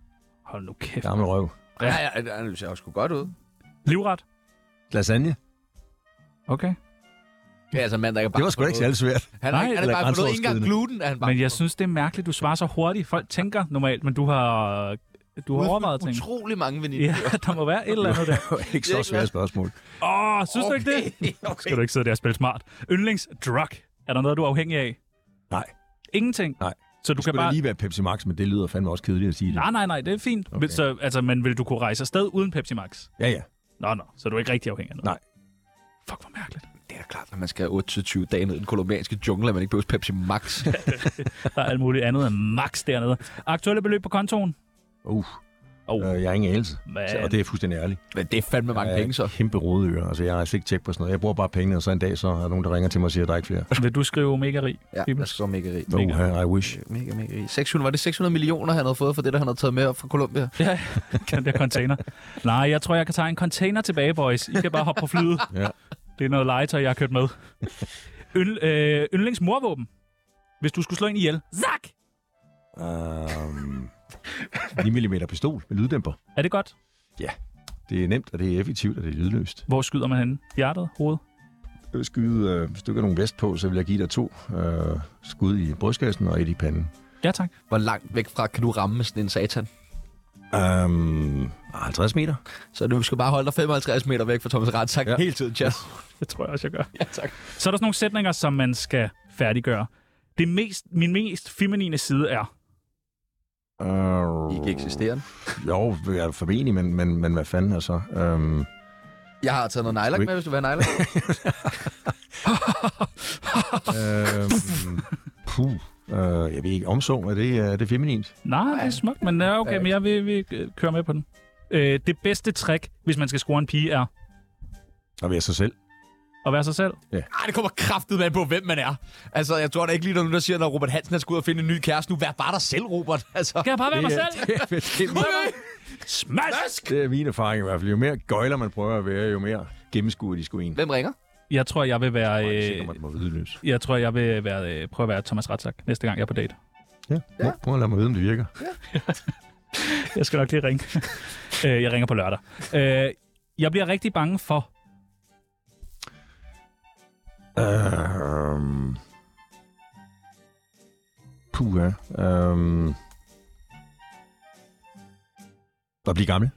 D: Hold nu kæft.
C: Gammel røv.
A: ja, ja, ja, den ser også sgu godt ud.
D: Livret?
C: Lasagne.
D: Okay.
A: Ja, altså en mand, der kan bare...
C: Det var sgu da ikke særlig svært.
A: Han
D: Nej,
A: har, han er
C: eller
A: bare fået ikke engang
C: grænseoverskridende.
A: gluten, er han bare...
D: Men jeg synes, det er mærkeligt, du svarer så hurtigt. Folk tænker normalt, men du har, du har overvejet ting.
A: Utrolig mange veninder.
D: Ja, der må være et eller andet der.
C: Det var ikke så svært spørgsmål.
D: Åh, oh, synes okay. du ikke det? Okay. Skal du ikke sidde der og spille smart. Yndlingsdrug. Er der noget, du er afhængig af?
C: Nej.
D: Ingenting?
C: Nej.
D: Så
C: Det
D: du kan
C: skulle bare...
D: bare...
C: lige være Pepsi Max, men det lyder fandme også kedeligt at sige det.
D: Nej, nej, nej, det er fint. Okay. Så, altså, men vil du kunne rejse afsted uden Pepsi Max?
C: Ja, ja.
D: Nå, nå, så du er ikke rigtig afhængig af noget?
C: Nej.
D: Fuck, hvor mærkeligt.
A: Det er da klart, når man skal 28 dage ned i den kolumbianske jungle, at man ikke behøver Pepsi Max.
D: Der er alt muligt andet end Max dernede. Aktuelle beløb på kontoren?
C: Uh.
D: Oh.
C: Oh. Øh, jeg har ingen anelse.
D: Man.
C: Og det er fuldstændig ærligt.
A: Men det er fandme mange
C: Jeg er
A: penge, så.
C: Kæmpe rådeører. Altså, jeg har altså ikke tjek på sådan noget. Jeg bruger bare pengene, og så en dag, så er der nogen, der ringer til mig og siger, at der er ikke flere.
D: Vil du skrive mega rig?
A: Ja,
D: Pibels?
A: jeg skal mega rig.
D: Mega.
C: Oh, I wish.
A: Mega, mega rig. 600, var det 600 millioner, han havde fået for det, der han havde taget med op fra Colombia?
D: den der container. Nej, jeg tror, jeg kan tage en container tilbage, boys. I kan bare hoppe på flyet.
C: Ja.
D: Det er noget legetøj, jeg har kørt med. Yndl, øh, yndlings morvåben. Hvis du skulle slå en ihjel. Zak!
C: Um, 9 mm pistol med lyddæmper.
D: Er det godt?
C: Det er nemt, og det er effektivt, og det er lydløst.
D: Hvor skyder man henne? Hjertet? Hovedet?
C: Jeg vil skyde, øh, hvis du ikke har nogen vest på, så vil jeg give dig to øh, skud i brystkassen og et i panden.
D: Ja, tak.
A: Hvor langt væk fra kan du ramme med sådan en satan?
C: Um, 50 meter.
A: Så du skal bare holde dig 55 meter væk fra Thomas Ratzak ja.
C: Ja.
A: hele tiden, Chas.
D: Det tror jeg også, jeg gør.
A: Ja, tak.
D: Så er der sådan nogle sætninger, som man skal færdiggøre. Det mest, min mest feminine side er...
C: Uh,
A: Ikke eksisterende.
C: Jo, jeg er formentlig, men, men, men hvad fanden altså? Um,
A: Jeg har taget noget nejlak
C: Sgu ikke.
A: med, hvis du vil have nejlak.
C: øhm, puh, øh, jeg ved ikke, omsorg, er det, øh, er det feminint?
D: Nej, det er smukt, men ja, okay, men jeg vil, vil øh, køre med på den. Øh, det bedste trick, hvis man skal score en pige, er
C: Så vil jeg sig selv.
D: at være sig selv.
A: Ej, det kommer kraftet med på, hvem man er. Altså, jeg tror da ikke lige, der er nogen, der siger, når Robert Hansen er skulle ud og finde en ny kæreste nu. Vær bare dig selv, Robert. Altså,
D: Kan jeg bare være mig selv? Smash!
C: Det er min erfaring i hvert fald. Jo mere gøjler man prøver at være, jo mere gennemskuer de skulle en.
A: hvem ringer?
D: Jeg tror, jeg vil være...
C: Og jeg er sikker
D: Øh,
C: på, at den var lydløs.
D: jeg tror, jeg vil være, øh, prøve at være Thomas Ratzak næste gang, jeg er på date.
C: Ja. ja. Prøv at lade mig vide, om det virker.
D: Jeg skal nok lige ringe. øh, jeg ringer på lørdag. Øh, jeg bliver rigtig bange for...
C: Øhm. Puh, ja. Øhm. At blive gammel.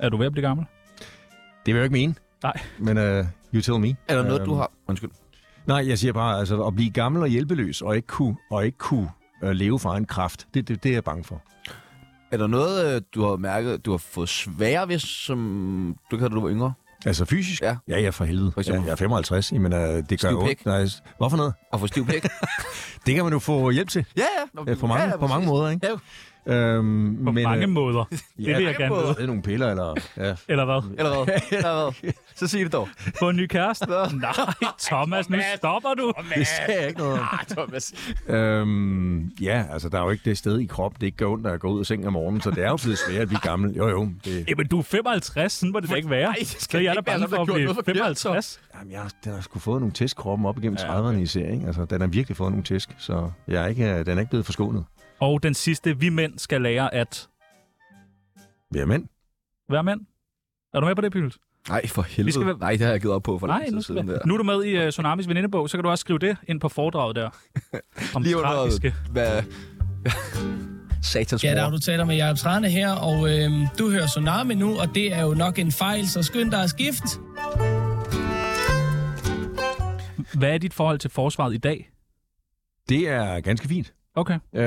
D: Er du ved at blive gammel?
C: Det vil jeg jo ikke mene.
D: Nej.
C: Men uh, you tell me. Øhm,
A: Er der noget, du har? Undskyld.
C: Nej, jeg siger bare, altså at blive gammel og hjælpeløs, og ikke kunne, og ikke kunne øh, leve fra en kraft, det, det, det er jeg bange for.
A: Er der noget, øh, du har mærket, du har fået sværere ved, som du kan, da du var yngre?
C: Altså fysisk?
A: Ja.
C: Ja, ja, for helvede.
A: For
C: ja,
A: eksempel?
C: jeg er 55, men uh, det gør
A: Stiv
C: jo
A: pik?
C: ondt. Nej, s- Hvorfor noget?
A: Og få stiv pæk?
C: Det kan man jo få hjælp til.
A: ja, ja. Nå,
C: Ja, på mange, ja, på mange måder, ikke? Øhm,
D: På
C: men,
D: men, mange
C: øh,
D: øh, måder.
C: ja,
D: Det vil jeg gerne vide.
C: Det er nogle piller, eller... Ja.
D: Eller hvad?
A: Eller hvad? Eller hvad? Så sig det dog.
D: Få en ny kæreste? Nej, Thomas, nu stopper du.
C: Det sagde jeg ikke noget om.
A: Ah, Thomas.
C: Øhm, ja, altså, der er jo ikke det sted i kroppen, det ikke gør ondt at gå ud af sengen om morgenen, så det er jo blevet svært at blive gammel. Jo, jo. Det,
D: Jamen, du er 55, sådan må det da ikke være. Nej,
A: det skal
D: så jeg er da
A: ikke være,
D: bange
A: så har
D: for
A: man
D: at
A: gjort
D: blive
A: noget forkert,
D: 55.
C: jamen, jeg, den har sgu fået nogle tæsk kroppen op igennem 30'erne især, ikke? Altså, den har virkelig fået nogle tæsk, så jeg er ikke, øh, den er ikke blevet forskånet.
D: Og den sidste, vi mænd skal lære at
C: Vi er mænd.
D: være mænd. Er du med på det, Pils?
A: Nej, for helvede.
D: skal være-
A: Nej, det har jeg givet op på for
D: Nej,
A: lang
D: nu,
A: tid
D: skal
A: siden.
D: vi-
A: Der.
D: nu er du med i uh, Tsunamis venindebog, så kan du også skrive det ind på foredraget der. Om
A: Lige under,
D: tragiske.
A: hvad... Satans
J: Ja,
A: mor.
J: der du taler med Jacob Trane her, og øh, du hører Tsunami nu, og det er jo nok en fejl, så skynd dig at skifte.
D: Hvad er dit forhold til forsvaret i dag?
C: Det er ganske fint.
D: Okay.
C: Øh,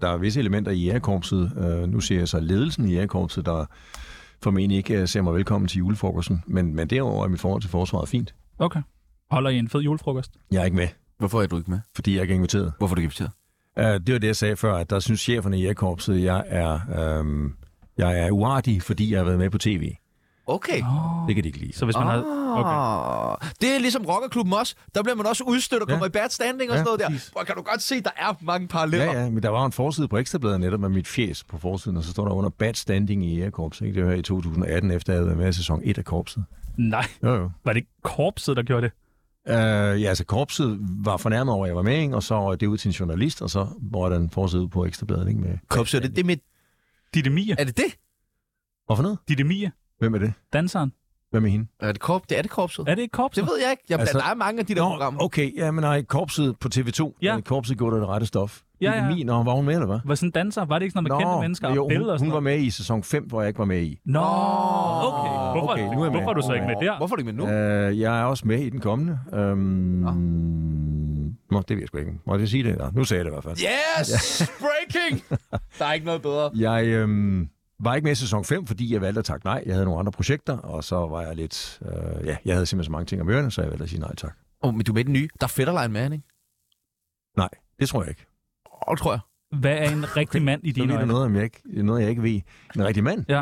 C: der er visse elementer i jægerkorpset. Øh, nu ser jeg så ledelsen i jægerkorpset, der formentlig ikke øh, ser mig velkommen til julefrokosten. Men, men derover er mit forhold til forsvaret fint.
D: Okay. Holder I en fed julefrokost?
C: Jeg er ikke med,
A: Hvorfor er du ikke med?
C: fordi jeg ikke er inviteret.
A: Hvorfor er du ikke inviteret?
C: Øh, det var det, jeg sagde før, at der synes cheferne i jægerkorpset, at jeg er, øh, jeg er uartig, fordi jeg har været med på tv.
A: Okay.
C: Det kan de ikke lide.
D: Så hvis man havde... Okay.
A: Ah, Det er ligesom rockerklubben også. Der bliver man også udstødt og
C: Ja.
A: kommer i bad standing og sådan
C: Ja,
A: noget der.
C: præcis.
A: Hvor kan du godt se, der er mange paralleller.
C: Ja, ja, men der var jo en forside på Ekstrabladet netop med mit fjes på forsiden, og så står der under bad standing i jægerkorpset. Ikke? Det var her i 2018, efter jeg havde været med i sæson 1 af korpset.
D: Nej,
C: Jo, jo.
D: var det korpset, der gjorde det?
C: Øh, ja, altså korpset var fornærmet over, at jeg var med, ikke? og så røg det ud til en journalist, og så var den forside ud på Ekstrabladet ikke? med.
A: Kops, er det det med...
D: Didemia.
A: Er det det?
C: Hvorfor noget?
D: Didemia.
C: Hvem er det?
D: Danseren.
C: Hvem er hende?
A: Er det, korp? det er det korpset.
D: Er det ikke korpset?
A: Det ved jeg ikke. Jeg
C: Altså-
A: altså, der er mange af de der Nå, programmer.
C: okay, ja, men nej, korpset på TV2.
D: Ja.
C: Øh, Korpset gjorde det rette stof.
D: Ja,
C: Det er
D: ja.
C: Min, og var hun med, eller hvad?
D: Var sådan en danser? Var det ikke sådan noget med kendte mennesker
C: jo,
D: og billeder og
C: hun,
D: sådan
C: hun var
D: noget?
C: med i sæson 5, hvor jeg ikke var med i.
D: Nå, okay. Hvorfor,
C: Okay, nu er jeg med.
D: hvorfor er du så ikke med der?
A: Hvorfor er du ikke med nu?
C: Øh, jeg er også med i den kommende. Øhm,
A: Nå.
C: Nå, det ved jeg sgu ikke. Må jeg sige det? Ja, nu sagde jeg det i hvert fald.
A: Yes! Breaking! Der er ikke noget bedre.
C: Jeg øhm, var ikke med i sæson 5, fordi jeg valgte at takke nej. Jeg havde nogle andre projekter, og så var jeg lidt... Øh, ja, jeg havde simpelthen så mange ting om ørerne, så jeg valgte at sige nej tak.
A: Åh, oh, men du er med i den nye. Der er Fetterlein med, ikke?
C: Nej, det tror jeg ikke.
A: Åh, oh, tror jeg.
D: Hvad er en rigtig mand i
C: Nu
D: dine
C: ved du
D: øjne?
C: noget, om jeg ikke, noget, jeg ikke ved. En rigtig mand?
D: Ja.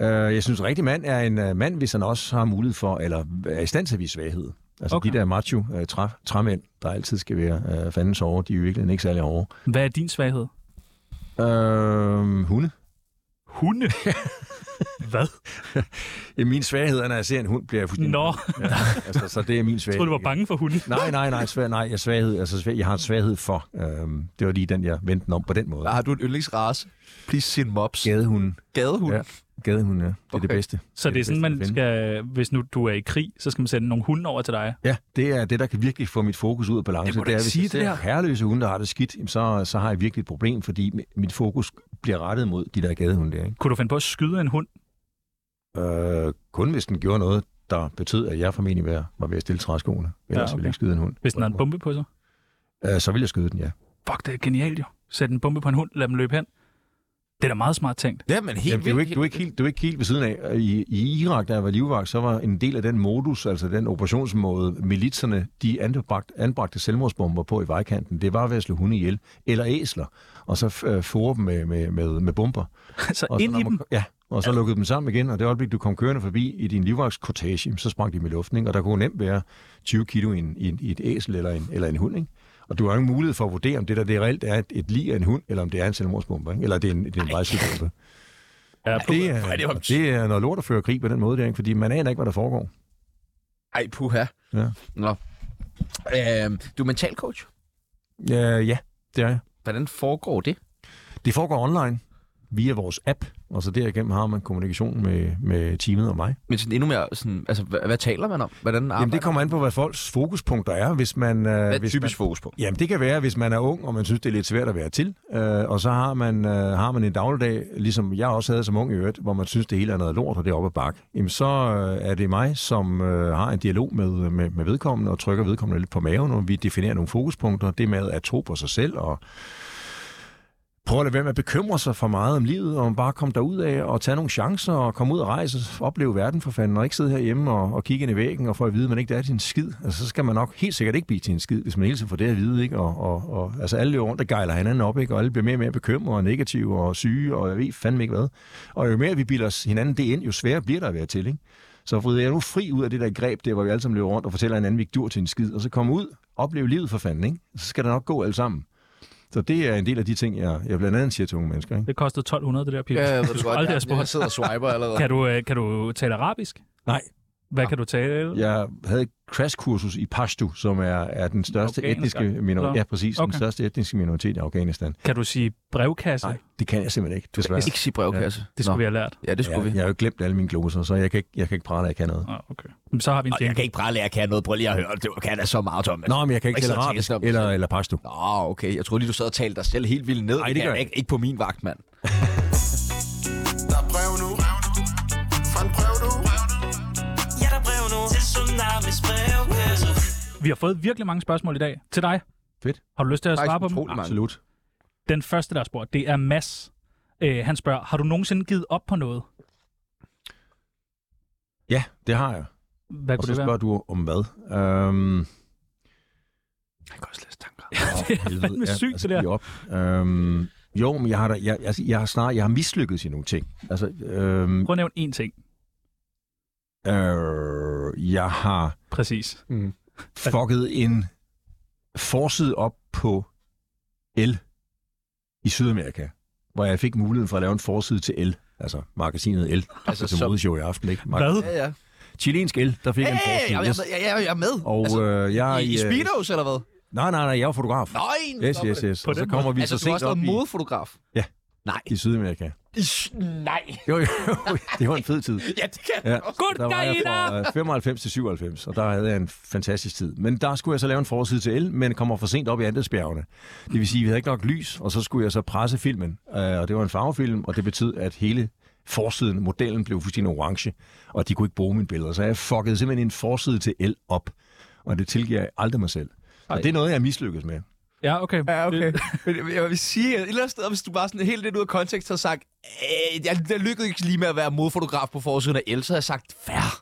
C: Øh, jeg synes, en rigtig mand er en øh, mand, hvis han også har mulighed for, eller er i stand til at vise svaghed. Altså
D: Okay.
C: okay. de der macho øh, træ, træmænd, der altid skal være øh, fandens over, de er jo virkelig ikke særlig hårde.
D: Hvad er din svaghed?
C: Øh, Øhm, hunde.
D: Hunde? Hvad?
C: Ja, min svaghed er, når jeg ser en hund, bliver jeg fuldstændig...
D: Nå.
C: Ja, altså, så det er min svaghed.
D: Tror du var bange for hunde?
C: Nej, nej, nej, svag, nej, jeg, svaghed, altså, svag, jeg har en svaghed for. Øhm, det var lige den, jeg vendte den om på den måde.
D: Ah.
A: Har du en yndlingsrace? Please sin mops.
C: Gadehunden.
A: Gadehund?
C: Ja, gadehunden, ja. Det er det bedste.
D: Så det er sådan, man skal, hvis nu du er i krig, så skal man sende nogle hunde over til dig.
C: Ja, det er det, der kan virkelig få mit fokus ud af balance.
D: Det må du
C: er,
D: ikke
C: hvis
D: sige,
C: jeg
D: det
C: ser
D: her.
C: herreløse hunde, der har det skidt, jamen, så, så har jeg virkelig et problem, fordi mi- mit fokus bliver rettet mod de der gadehunde der.
D: Kunne du finde på at skyde en hund?
C: Ikke? Øh, kun hvis den gjorde noget, der betød, at jeg formentlig var, var ved at stille træskoene. Ellers ja, okay. ville
D: Ja, okay.
C: jeg ikke skyde en hund.
D: Hvis den har en bombe på sig?
C: Øh, så ville jeg skyde den, ja.
D: Fuck, det er genialt jo. Sæt en bombe på en hund, lad dem løbe hen. Det er da meget smart tænkt.
K: Ja, men
C: Jamen, det er jo ikke, du, er ikke helt, du er ikke helt ved siden af. I, I Irak, da jeg var livvagt, så var en del af den modus, altså den operationsmåde, militserne, de anbragte, anbragte selvmordsbomber på i vejkanten. Det var ved at slå hunde ihjel, eller æsler, og så øh, fore dem med, med, med, med bomber.
D: Så
C: og
D: ind
C: så,
D: i
C: når
D: dem?
C: Ja, og så lukkede dem sammen igen, og det øjeblik, du kom kørende forbi i din livvagtskortage, så sprang de med luften, ikke? og der kunne nemt være 20 kilo i, en, i, en- i et æsel eller en, eller en hund. Ikke? Og du har jo ingen mulighed for at vurdere, om det der det reelt er et, et lig af en hund, eller om det er en selvmordsbombe, ikke? eller det er en, det er en vejsidebombe.
D: Ja,
C: Det er, det, er, det er noget lort at føre krig på den måde, der, ikke? fordi man aner ikke, hvad der foregår.
A: Ej, puha.
C: Ja,
A: Nå. Øhm, du er mental coach.
C: ja, ja det er jeg.
A: Hvordan foregår det?
C: Det foregår online via vores app, og så derigennem har man kommunikation med, med teamet og mig.
A: Men sådan endnu mere, sådan, altså, hvad, hvad taler man om? Hvordan arbejder
C: Jamen, det kommer an på, Ah, hvad folks fokuspunkter er. Hvis man, øh,
A: Hvad er
C: hvis
A: typisk
C: man,
A: fokus på?
C: Jamen, det kan være, hvis man er ung, og man synes, det er lidt svært at være til. Øh, og så har man, øh, har man en dagligdag, ligesom jeg også havde som ung i øvrigt, hvor man synes, det hele er noget lort, og det er oppe ad bakke. Jamen, så øh, er det mig, som øh, har en dialog med, med, med vedkommende, og trykker vedkommende lidt på maven, og vi definerer nogle fokuspunkter. Det med at tro på sig selv, og prøve at lade være med at bekymre sig for meget om livet, og bare komme derud af og tage nogle chancer, og komme ud og rejse, opleve verden for fanden, og ikke sidde herhjemme og, og kigge ind i væggen, og få at vide, at man ikke er til en skid. Altså, så skal man nok helt sikkert ikke blive til en skid, hvis man hele tiden får det at vide, ikke? Og, og, og altså, alle løber rundt og gejler hinanden op, ikke? Og alle bliver mere og mere bekymrede og negative og syge, og jeg ved fandme ikke hvad. Og jo mere vi bilder os hinanden det ind, jo sværere bliver der at være til, ikke? Så vrider jeg nu fri ud af det der greb der, hvor vi alle sammen løber rundt og fortæller hinanden, at vi ikke dur til en skid, og så komme ud, opleve livet for fanden, ikke? Så skal det nok gå alt sammen. Så det er en del af de ting, jeg, jeg blandt andet siger til unge mennesker. Ikke?
D: Det kostede 1200, det der pip.
A: Ja, jeg ved
D: du
A: det
D: skulle
A: godt.
D: aldrig have
A: Jeg-
D: spurgt.
A: jeg sidder og swiper allerede.
D: Kan du, øh, kan du tale arabisk?
C: Nej.
D: Hvad kan du tale?
C: Jeg havde et crashkursus i Pashto, som er, er den største
D: Afghanisk,
C: etniske minoritet.
D: eller?
C: Ja, præcis.
D: Okay.
C: Den største etniske minoritet i Afghanistan.
D: Kan du sige brevkasse?
C: Nej, det kan jeg simpelthen ikke, desværre.
A: Ikke sige brevkasse.
D: Det skulle vi have lært.
A: Ja, det skulle
C: jeg,
A: vi.
C: Jeg har jo glemt alle mine gloser, så jeg kan ikke, jeg kan ikke prale, at jeg kan noget.
D: Ah, okay. Jamen, Så har vi en
A: Og jeg
D: jingle.
A: kan ikke prale, at jeg kan noget. Prøv lige at høre. Du kan da så meget, Thomas.
C: Nå, men jeg kan ikke
A: Ikke
C: tale
A: sidde og
C: arabisk
A: tænke om-
C: eller, eller Pashto.
A: Nå, okay. Jeg tror lige, du sad og talte dig selv helt vildt ned.
C: Nej, det gør jeg
A: ikke. Ikke på min vagt, mand.
H: Der er brev nu. Fra en brev nu.
I: Ja, der er brev nu til Tsunamis brevkasse.
D: Vi har fået virkelig mange spørgsmål i dag til dig.
C: Fedt.
D: Har du lyst til at
A: Faktisk
D: svare på dem?
A: utrolig mange.
C: Absolut.
D: Den første, der har spurgt, det er Mads. Øh, han spørger, har du nogensinde givet op på noget?
C: Ja, det har jeg.
D: Hvad
C: Og
D: kunne
C: så
D: det være?
C: spørger du om hvad? Øhm,
A: Jeg kan også læse tanker.
D: det er fandme sygt, det der.
C: give altså, Op. Øhm, jo, men jeg har, da, jeg, jeg, jeg har snart, jeg har mislykket i nogle ting. Altså, øhm,
D: Prøv at nævne én ting.
C: øh, jeg har
D: Præcis.
C: fucket en forside op på el i Sydamerika, hvor jeg fik muligheden for at lave en forside til el. Altså magasinet El, altså,
A: Altså,
C: som
A: så-
C: modeshow i aften, ikke? Mag-
D: Hvad?
A: Ja, ja.
C: Chilensk el, der fik jeg en
A: Hey,
C: forside.
A: jeg,
C: yes.
A: jeg, jeg, jeg, jeg er med.
C: Og
A: altså,
C: øh, jeg er
A: i, i
C: øh,
A: Speedos, eller hvad?
C: Nej, nej, nej, jeg er jo fotograf.
A: Nej,
C: Yes, yes, yes.
D: På
C: Og så
D: den
C: kommer vi
A: Altså,
C: så
A: du har også
C: sent op
A: været
C: i,
A: modefotograf.
C: i Sydamerika.
A: Ish, nej.
C: Jo, jo, jo, det var en fed tid.
A: Ja, det kan
C: Ja,
D: Good
C: der var jeg
D: guy, da!
C: fra øh, 95 til 97, og der havde jeg en fantastisk tid. Men der skulle jeg så lave en forside til el, men kommer for sent op i Andesbjergene. Det vil sige, at vi havde ikke nok lys, og så skulle jeg så presse filmen. Øh, Og det var en farvefilm, og det betød, at hele forsiden, modellen blev fuldstændig orange, og de kunne ikke bruge mine billeder. Så jeg fuckede simpelthen en forside til el op, og det tilgiver jeg aldrig mig selv. Og det er noget, jeg mislykkes med.
D: Ja, okay. Øh,
A: Ja, okay. Men jeg vil sige, at et eller andet sted, hvis du bare sådan helt lidt ud af kontekst har sagt, "Øh, jeg, jeg lykkedes ikke lige med at være modfotograf på forsiden af El, så har jeg sagt, fair.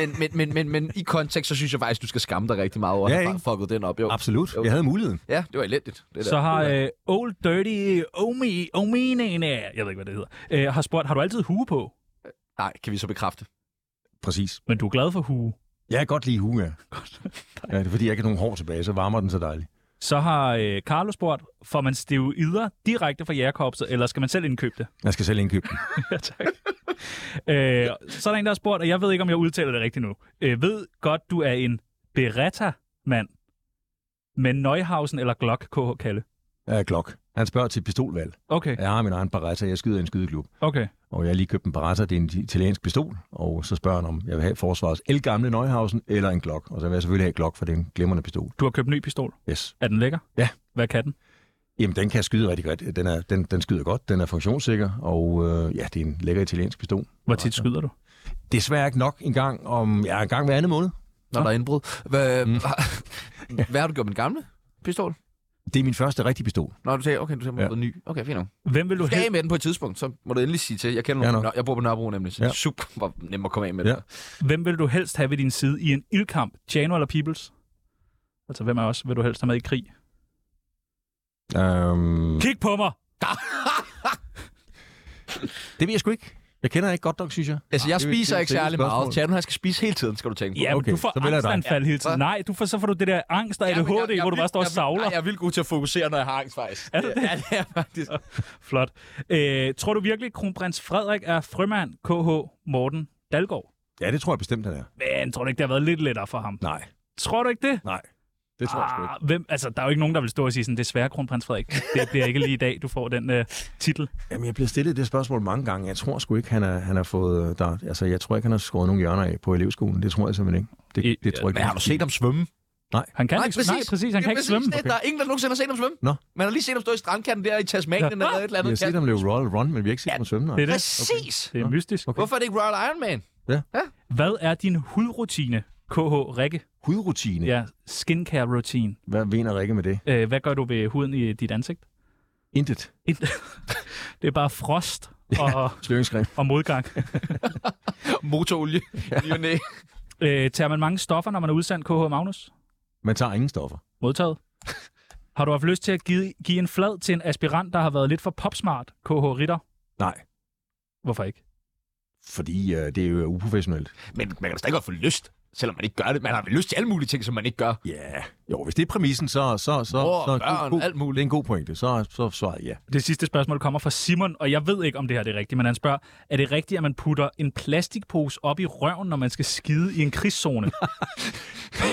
A: Men, men, men, men, men i kontekst, så synes jeg faktisk, du skal skamme dig rigtig meget over,
C: Ja,
A: at
C: ikke?
A: have fucket den op. Jo.
C: Absolut. Jeg havde muligheden.
A: Ja, det var elendigt. Det der.
D: Så har øh, Old Dirty Omi, Omenene, jeg ved ikke, hvad det hedder, øh, har spurgt, har du altid hue på?
A: Nej, kan vi så bekræfte.
C: Præcis.
D: Men du er glad for hue.
C: Jeg kan godt lide Huga. Ja, det er fordi, jeg ikke har nogen hår tilbage, så varmer den så dejligt.
D: Så har øh, Carlo spurgt, får man steroider direkte fra jægerkorpset, eller skal man selv indkøbe det?
C: Jeg skal selv indkøbe den.
D: ja, tak. øh, så er der en, der har spurgt, og jeg ved ikke, om jeg udtaler det rigtigt nu. Øh, ved godt, du er en Beretta-mand, men Neuhausen eller Glock, KH Kalle?
C: Ja, Glock. Han spørger til pistolvalg.
D: Okay.
C: Jeg har min egen Beretta, jeg skyder i en skydeklub.
D: Okay.
C: Og jeg har lige købt en Beretta, det er en italiensk pistol. Og så spørger han, om jeg vil have forsvarets elgamle Neuhausen eller en Glock. Og så vil jeg selvfølgelig have Glock, for det er en glimrende pistol.
D: Du har købt en ny pistol.
C: Yes.
D: Er den lækker?
C: Ja.
D: Hvad kan den?
C: Jamen, den kan skyde rigtig godt. Den, er, den, den skyder godt, den er funktionssikker, og øh, ja, det er en lækker italiensk pistol.
D: Hvor tit skyder du?
C: Desværre ikke nok en gang om, ja, en gang hver anden måned.
A: Når der er indbrud. Hvad, mm. hvad har du gjort med den gamle pistol?
C: Det er min første rigtige pistol.
A: Nå, du sagde, okay, du sagde,
C: Ja.
A: ja. ny. Okay, fint nok.
D: Hvem vil du
A: Skal af med den på et tidspunkt, så må du endelig sige til. Jeg kender
C: Ja,
A: ja,
C: nok.
A: nogen, jeg bor på Nørrebro nemlig, så
C: Ja.
A: ja. super nemt at komme af med det.
C: Ja.
A: Ja.
D: Hvem vil du helst have ved din side i en ildkamp? Jano eller Peoples? Altså, hvem af os vil du helst have med i krig?
C: Mm. Øhm,
D: Kig på mig!
C: det ved jeg sgu ikke. Jeg kender ikke godt nok, synes jeg.
A: Altså, jeg
C: Det er jo- det
A: spiser
C: er jo
A: ikke
C: et
A: særlig
C: spørgsmål.
A: meget. Tjerno, han skal spise hele tiden, skal du tænke på.
D: Ja,
C: Okay,
D: okay, du får
C: så vælger jeg dig.
D: angstanfald hele
A: Ja.
D: tiden. Nej, du får, så får du det der angst og ADHD, ja, jeg, hvor du bare står og savler.
A: Jeg, jeg er vildt god til at fokusere, når jeg har angst, faktisk.
D: Er du det?
A: Ja, det er jeg faktisk.
D: Flot. Øh, tror du virkelig, kronprins Frederik er frømand KH Morten Dalgaard?
C: Ja, det tror jeg bestemt, han er.
D: Men tror du ikke, det har været lidt lettere for ham?
C: Nej,
D: Tror du ikke det?
C: nej. Det tror jeg sgu ikke.
D: Ah, hvem, altså, der er jo ikke nogen, der vil stå og sige sådan, desværre, kronprins Frederik, det bliver ikke lige i dag, du får den øh, titel.
C: Jamen, jeg bliver stillet det spørgsmål mange gange. Jeg tror sgu ikke, han har han er fået... øh, Der, altså, jeg tror ikke, han har skåret nogle hjørner af på elevskolen. Det tror jeg simpelthen ikke. Det,
D: I-
C: det, tror jeg ikke.
A: Men har du set ham svømme?
D: Han kan ikke, nej, præcis, han
A: Det er
D: kan ikke svømme.
A: Det. Der er ingen, der nogensinde har set ham svømme.
C: Nå.
A: Man har lige set ham stå i strandkanten der i Tasmanien eller et eller
C: Vi
A: andet.
C: har set ham løbe Royal Run, men vi har ikke set ham svømme. Nej.
D: Det er det.
A: Præcis.
D: Det er mystisk.
C: Okay.
A: Hvorfor er det ikke Royal Iron Man?
D: Hvad er din hudrutine, KH Rikke?
C: Hudrutine.
D: Ja, skincare routine.
C: Hvad vinder Rikke med det?
D: Øh, hvad gør du ved huden i dit ansigt?
C: Intet.
D: Det er bare frost og,
C: Sløringsgreb.
D: og modgang.
A: Motorolie. Ja.
D: Øh, tager man mange stoffer, når man er udsendt, KH Magnus?
C: Man tager ingen stoffer.
D: Modtaget. Har du haft lyst til at give, give en flad til en aspirant, der har været lidt for popsmart, KH Ritter?
C: Nej,
D: Hvorfor ikke?
C: fordi øh, det er jo uprofessionelt.
A: Men man kan da stadig godt få lyst, selvom man ikke gør det. Man har vel lyst til alle mulige ting, som man ikke gør.
C: Ja, yeah. jo, hvis det er præmissen, så, så, så,
A: Mor,
C: så
A: børn,
C: god,
A: alt muligt.
C: det er en god pointe. Så, så svarer jeg ja.
D: Det sidste spørgsmål kommer fra Simon, og jeg ved ikke, om det her det er rigtigt, men han spørger, er det rigtigt, at man putter en plastikpose op i røven, når man skal skide i en krigszone?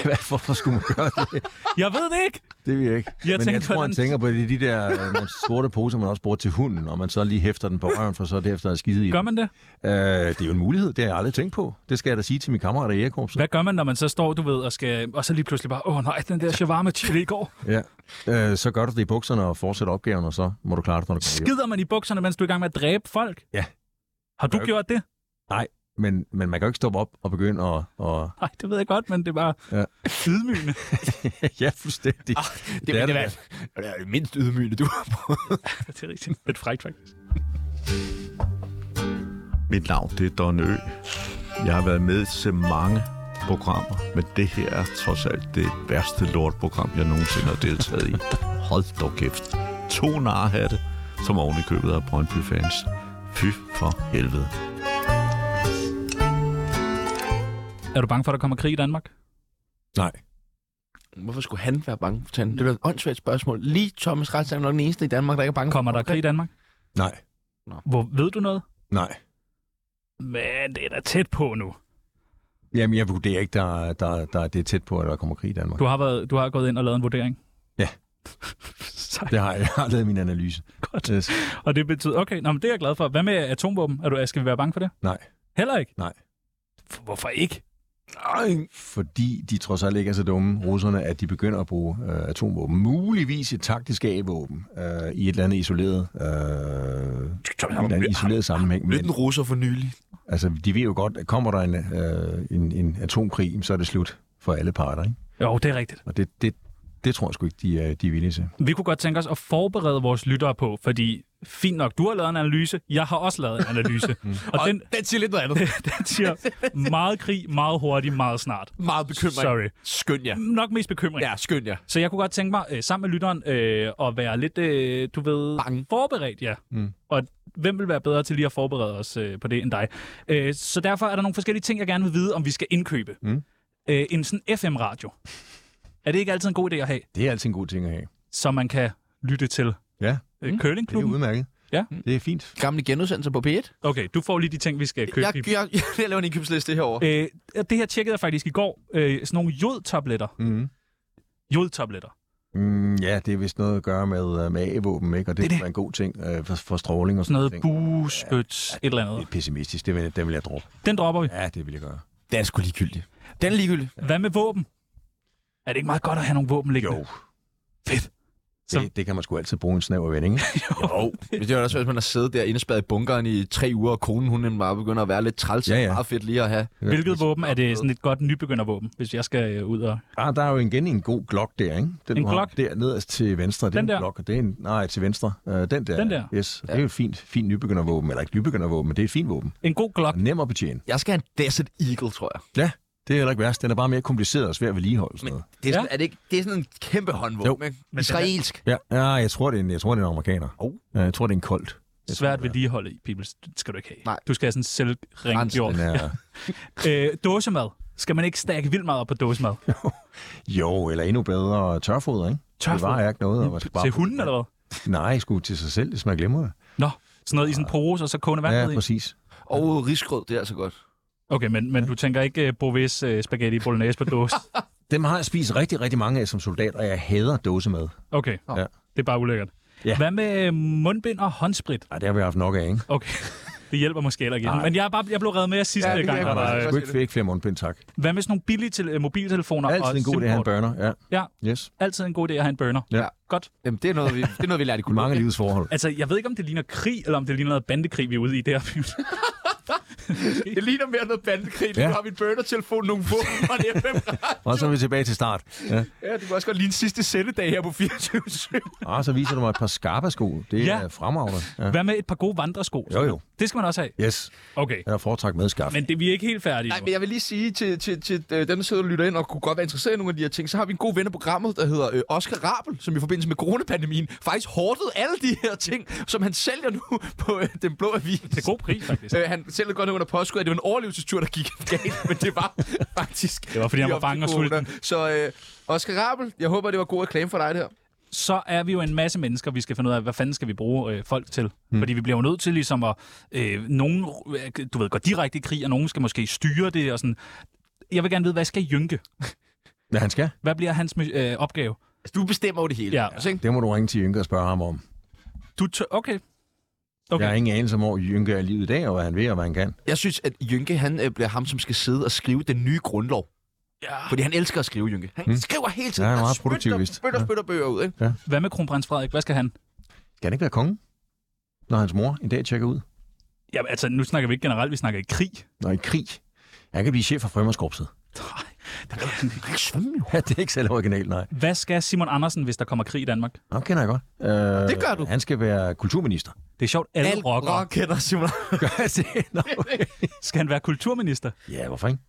C: Hvad- Hvorfor skulle man gøre det?
D: jeg ved det ikke!
C: Det ved jeg ikke.
D: Jeg
C: Men
D: tænker,
C: jeg tror, han
D: hvordan-
C: tænker på det, er de der øh, nogle sorte poser, man også bruger til hunden, og man så lige hæfter den på røven, for så derefter at skide i.
D: Gør
C: den.
D: man det?
C: Øh, det er jo en mulighed, det har jeg aldrig tænkt på. Det skal jeg da sige til min kammerat i Jægerkorpset.
D: Hvad gør man, når man så står, du ved, og, skal, og så lige pludselig bare, åh nej, den der shawarma chili i går.
C: Ja. Øh, så gør du det i bukserne og fortsætter opgaven, og så må du klare det, når du kommer hjem.
D: Skider man i bukserne, mens du er i gang med at dræbe folk?
C: Ja.
D: Har du
C: Gør-
D: gjort det?
C: Men, men man kan jo ikke stoppe op og begynde at... Og...
D: Nej, det ved jeg godt, men det er bare
C: Ja.
D: ja. ydmygende.
C: ja, fuldstændig. Ah,
A: Det, det, er det, det, det er det mindst ydmygende, du har på.
D: det er rigtigt. Lidt frækt, faktisk.
L: Mit navn det er Don Ø. Jeg har været med til mange programmer, men det her er trods alt det værste lortprogram, jeg nogensinde har deltaget i. Hold dog kæft. To narhatte, som oven i købet af Brøndby-fans. Fy for helvede.
D: Er du bange for, at der kommer krig i Danmark?
C: Nej.
A: Hvorfor skulle han være bange for tanden? Det er da et åndssvagt spørgsmål. Lige Thomas Raths er nok den eneste i Danmark, der ikke er bange
D: Kommer
A: for
D: der krig i Danmark?
C: Nej.
D: Hvor ved du noget?
C: Nej.
D: Men det er da tæt på nu.
C: Jamen, jeg vurderer ikke, der, der, der, det er tæt på, at der kommer krig i Danmark.
D: Du har, været, du har gået ind og lavet en vurdering?
C: Ja.
D: Sejt.
C: Det har jeg, jeg har lavet min analyse.
D: Godt.
C: Yes.
D: Og det betyder, okay, nå, men det er jeg glad for. Hvad med atomvåben? Er du, skal vi være bange for det?
C: Nej.
D: Heller ikke?
C: Nej.
D: F- Hvorfor ikke?
C: Fordi de trods alt ikke er så dumme, russerne, at de begynder at bruge øh, atomvåben. Muligvis et taktisk A-våben øh, i et eller andet isoleret, øh, et eller andet isoleret sammenhæng.
A: Mødte en russer for nylig.
C: altså, de ved jo godt, at kommer der en, øh, en, en atomkrig, så er det slut for alle parter. Ikke?
D: Jo, det er rigtigt.
C: Og det, det, det tror jeg sgu ikke, de er, de er villige til.
D: Vi kunne godt tænke os at forberede vores lyttere på, fordi fint nok, du har lavet en analyse, jeg har også lavet en analyse. og,
A: Mm. Og
D: den,
A: den siger lidt noget andet.
D: den siger meget krig, meget hurtigt, meget snart.
A: Meget bekymring.
D: Sorry.
A: Skynd jer.
D: Nok mest bekymring.
A: Ja, skynd jer.
D: Så jeg kunne godt tænke mig, øh, sammen med lytteren, øh, at være lidt, øh, du ved,
A: Bange.
D: forberedt, ja.
C: Mm.
D: Og hvem vil være bedre til lige at forberede os øh, på det end dig? Øh, så derfor er der nogle forskellige ting, jeg gerne vil vide, om vi skal indkøbe.
C: Mm.
D: Øh, en sådan FM-radio. Er det ikke altid en god idé at have?
C: Det er altid en god ting at have.
D: Så man kan lytte til
C: ja. Mm.
D: øh, curlingklubben?
C: Det er udmærket.
D: Ja.
C: Det er fint.
A: Gamle genudsendelser på P1.
D: Okay, du får lige de ting, vi skal købe.
A: Jeg, jeg, jeg, jeg laver en indkøbsliste herovre.
D: Øh, og det her tjekkede jeg faktisk i går. Øh, sådan nogle jodtabletter.
C: Mm.
D: Jodtabletter.
C: Mm, ja, det er vist noget at gøre med, øh, med A-våben, ikke? Og det, det, det. er en god ting øh, for, for stråling og sådan
D: Noget
C: noget.
D: buspyt, et eller andet.
C: Det er pessimistisk. Det vil, den vil jeg droppe.
D: Den dropper vi.
C: Ja, det vil jeg gøre.
A: Det er sgu ligegyldigt. Den er ligegyldig.
D: Hvad med våben? Er det ikke meget godt at have nogle våben liggende?
C: Jo.
D: Fedt. Så-
C: Det, det kan man sgu altid bruge en snæver vending.
A: Jo, men det er jo også, hvis man har siddet der indespadet i bunkeren i tre uger, og konen hun bare begynder at være lidt træls. Ja,
C: Ja,
A: ja.
C: ja.
A: Meget fedt lige at have.
D: Hvilket våben er det sådan et godt nybegyndervåben, hvis jeg skal øh, ud og...
C: Ah, der er jo igen en god Glock der, ikke? Den,
D: En
C: du har
D: Glock?
C: Der nederst til venstre. Det er
D: Den
C: en
D: der?
C: Glock, og det er en, nej, til venstre. Uh, den der.
D: Den der?
C: Yes. Ja. Det er jo et fint, fint nybegyndervåben. Eller ikke nybegyndervåben, men det er et fint våben.
D: En god Glock.
C: Nem at betjene.
A: Jeg skal have en Desert Eagle, tror jeg.
C: Ja, det er heller ikke værst. Den er bare mere kompliceret og svær at vedligeholde. og Sådan noget.
A: Det er, sådan, ja. er det, ikke, det er sådan en kæmpe håndvåben,
C: Jo.
A: ikke? Israelsk.
C: Ja, ja jeg, tror, det er en, jeg tror, det er en amerikaner.
A: Oh.
C: Ja, jeg tror, det er en koldt.
D: Svært vedligehold i, Pibels. Det skal du ikke have.
A: Nej.
D: Du skal have sådan selv rengjort.
C: Den er,
D: Øh, dåsemad. Skal man ikke stakke vildt meget op på dåsemad?
C: jo, eller endnu bedre tørfoder, ikke? Det
D: Tørfoder?
C: var ikke noget. Og man skal bare...
D: Til hunden eller hvad?
C: Nej, sgu til sig selv, hvis man glemmer det.
D: Nå, sådan noget i sådan en pose, og så kogende vand
C: Ja,
D: ned i.
C: præcis.
A: Og risgrød, det er altså godt.
D: Okay, men, men du tænker ikke uh, Bovis uh, spaghetti bolognese på dåse?
C: Dem har jeg spist rigtig, rigtig mange af som soldat, og jeg hader dåsemad.
D: Okay,
C: Ja.
D: det er bare ulækkert.
C: Ja.
D: Hvad med øh, mundbind og håndsprit?
C: Ej, det har vi haft nok af, ikke?
D: Okay, det hjælper måske heller ikke. Men jeg, er bare, jeg blev reddet med jer sidste ja, gang.
C: jeg
D: Der var, øh,
C: sgu ikke, ikke flere mundbind, tak.
D: hvad med sådan nogle billige til, øh, mobiltelefoner? og
C: Altid en god idé at have en
D: SIM-kort?
C: burner. Ja.
D: Ja,
C: Yes.
D: altid en god idé at have en burner.
C: Ja.
D: Godt.
A: Jamen, det er noget, vi, det er noget, vi lærte i
C: I mange af
A: kulturen.
C: livets forhold.
D: Altså, jeg ved ikke, om det ligner krig, eller om det ligner noget bandekrig, vi er ude i der.
A: Det ligner mere noget bandekrig. Ja.
C: Ja.
A: Du har min burner-telefon, nogle våben og en FM.
C: Og så er vi tilbage til start. Ja.
A: Ja, det kunne også godt lige en sidste sendedag her på 24
C: Og Ah, så viser du mig et par skarpe sko. Det
D: Ja.
C: er fremragende. Ja.
D: Hvad med et par gode vandresko?
C: Jo, jo.
D: Det skal man også have.
C: Yes.
D: Okay,
C: Jeg har foretrækket med skaft.
D: men det, vi er ikke helt færdige
A: Nej,
D: nu.
A: men jeg vil lige sige til, til, til øh, dem, der sidder og lytter ind og kunne godt være interesseret i nogle af de her ting, så har vi en god ven af programmet, der hedder øh, Oscar Rabel, som i forbindelse med coronapandemien faktisk hårdede alle de her ting, som han sælger nu på øh, Den Blå Avis.
D: Det er god pris, faktisk.
A: Øh, han sælger godt nok under påskud, at det var en overlevelsestur, der gik galt, men det var faktisk...
D: Det var, fordi han
A: lige
D: var
A: op til
D: bange og
A: corona.
D: sulten.
A: Så øh, Oscar Rabel, jeg håber, det var god reklame for dig, det her.
D: så er vi jo en masse mennesker, vi skal finde ud af, hvad fanden skal vi bruge øh, folk til? Mm. Fordi vi bliver jo nødt til ligesom at... Øh, nogen, øh, du ved, går direkte i krig, og nogen skal måske styre det og sådan. Jeg vil gerne vide, hvad skal Jynke?
C: Hvad han skal?
D: Hvad bliver hans øh, opgave?
A: Altså, du bestemmer jo det hele.
D: Ja.
A: altså, ikke?
C: Det må du ringe til Jynke og spørge ham om.
D: Du tør, okay.
C: Okay.
D: Okay.
C: Jeg har ingen anelse om, hvor Jynke er i livet i dag, og hvad han ved, og hvad han kan.
A: Jeg synes, at Jynke, han øh, bliver ham, som skal sidde og skrive den nye grundlov.
D: Ja.
A: Fordi han elsker at skrive, Jynke. Han
C: Mm.
A: skriver hele tiden.
C: Ja, han er meget
A: spytter-
C: produktivist.
A: Spytter,
C: Ja.
A: spytter bøger ud, ikke?
D: Hvad med kronprins Frederik? Hvad skal han?
C: Skal han ikke være konge? Når hans mor en dag tjekker ud.
D: Jamen, altså, nu snakker vi ikke generelt, vi snakker i krig.
C: Når i krig. Han kan blive chef for Frømmerskorpset. Ja, det er ikke særlig originalt, nej.
D: Hvad skal Simon Andersen, hvis der kommer krig i Danmark?
C: Ham kender jeg godt. Øh,
A: Det gør du.
C: Han skal være kulturminister.
D: Det er sjovt, alle
A: Alt
D: rockere.
A: rock kender Simon.
C: Gør jeg det? Nå, okay.
D: Skal han være kulturminister?
C: Ja, hvorfor ikke?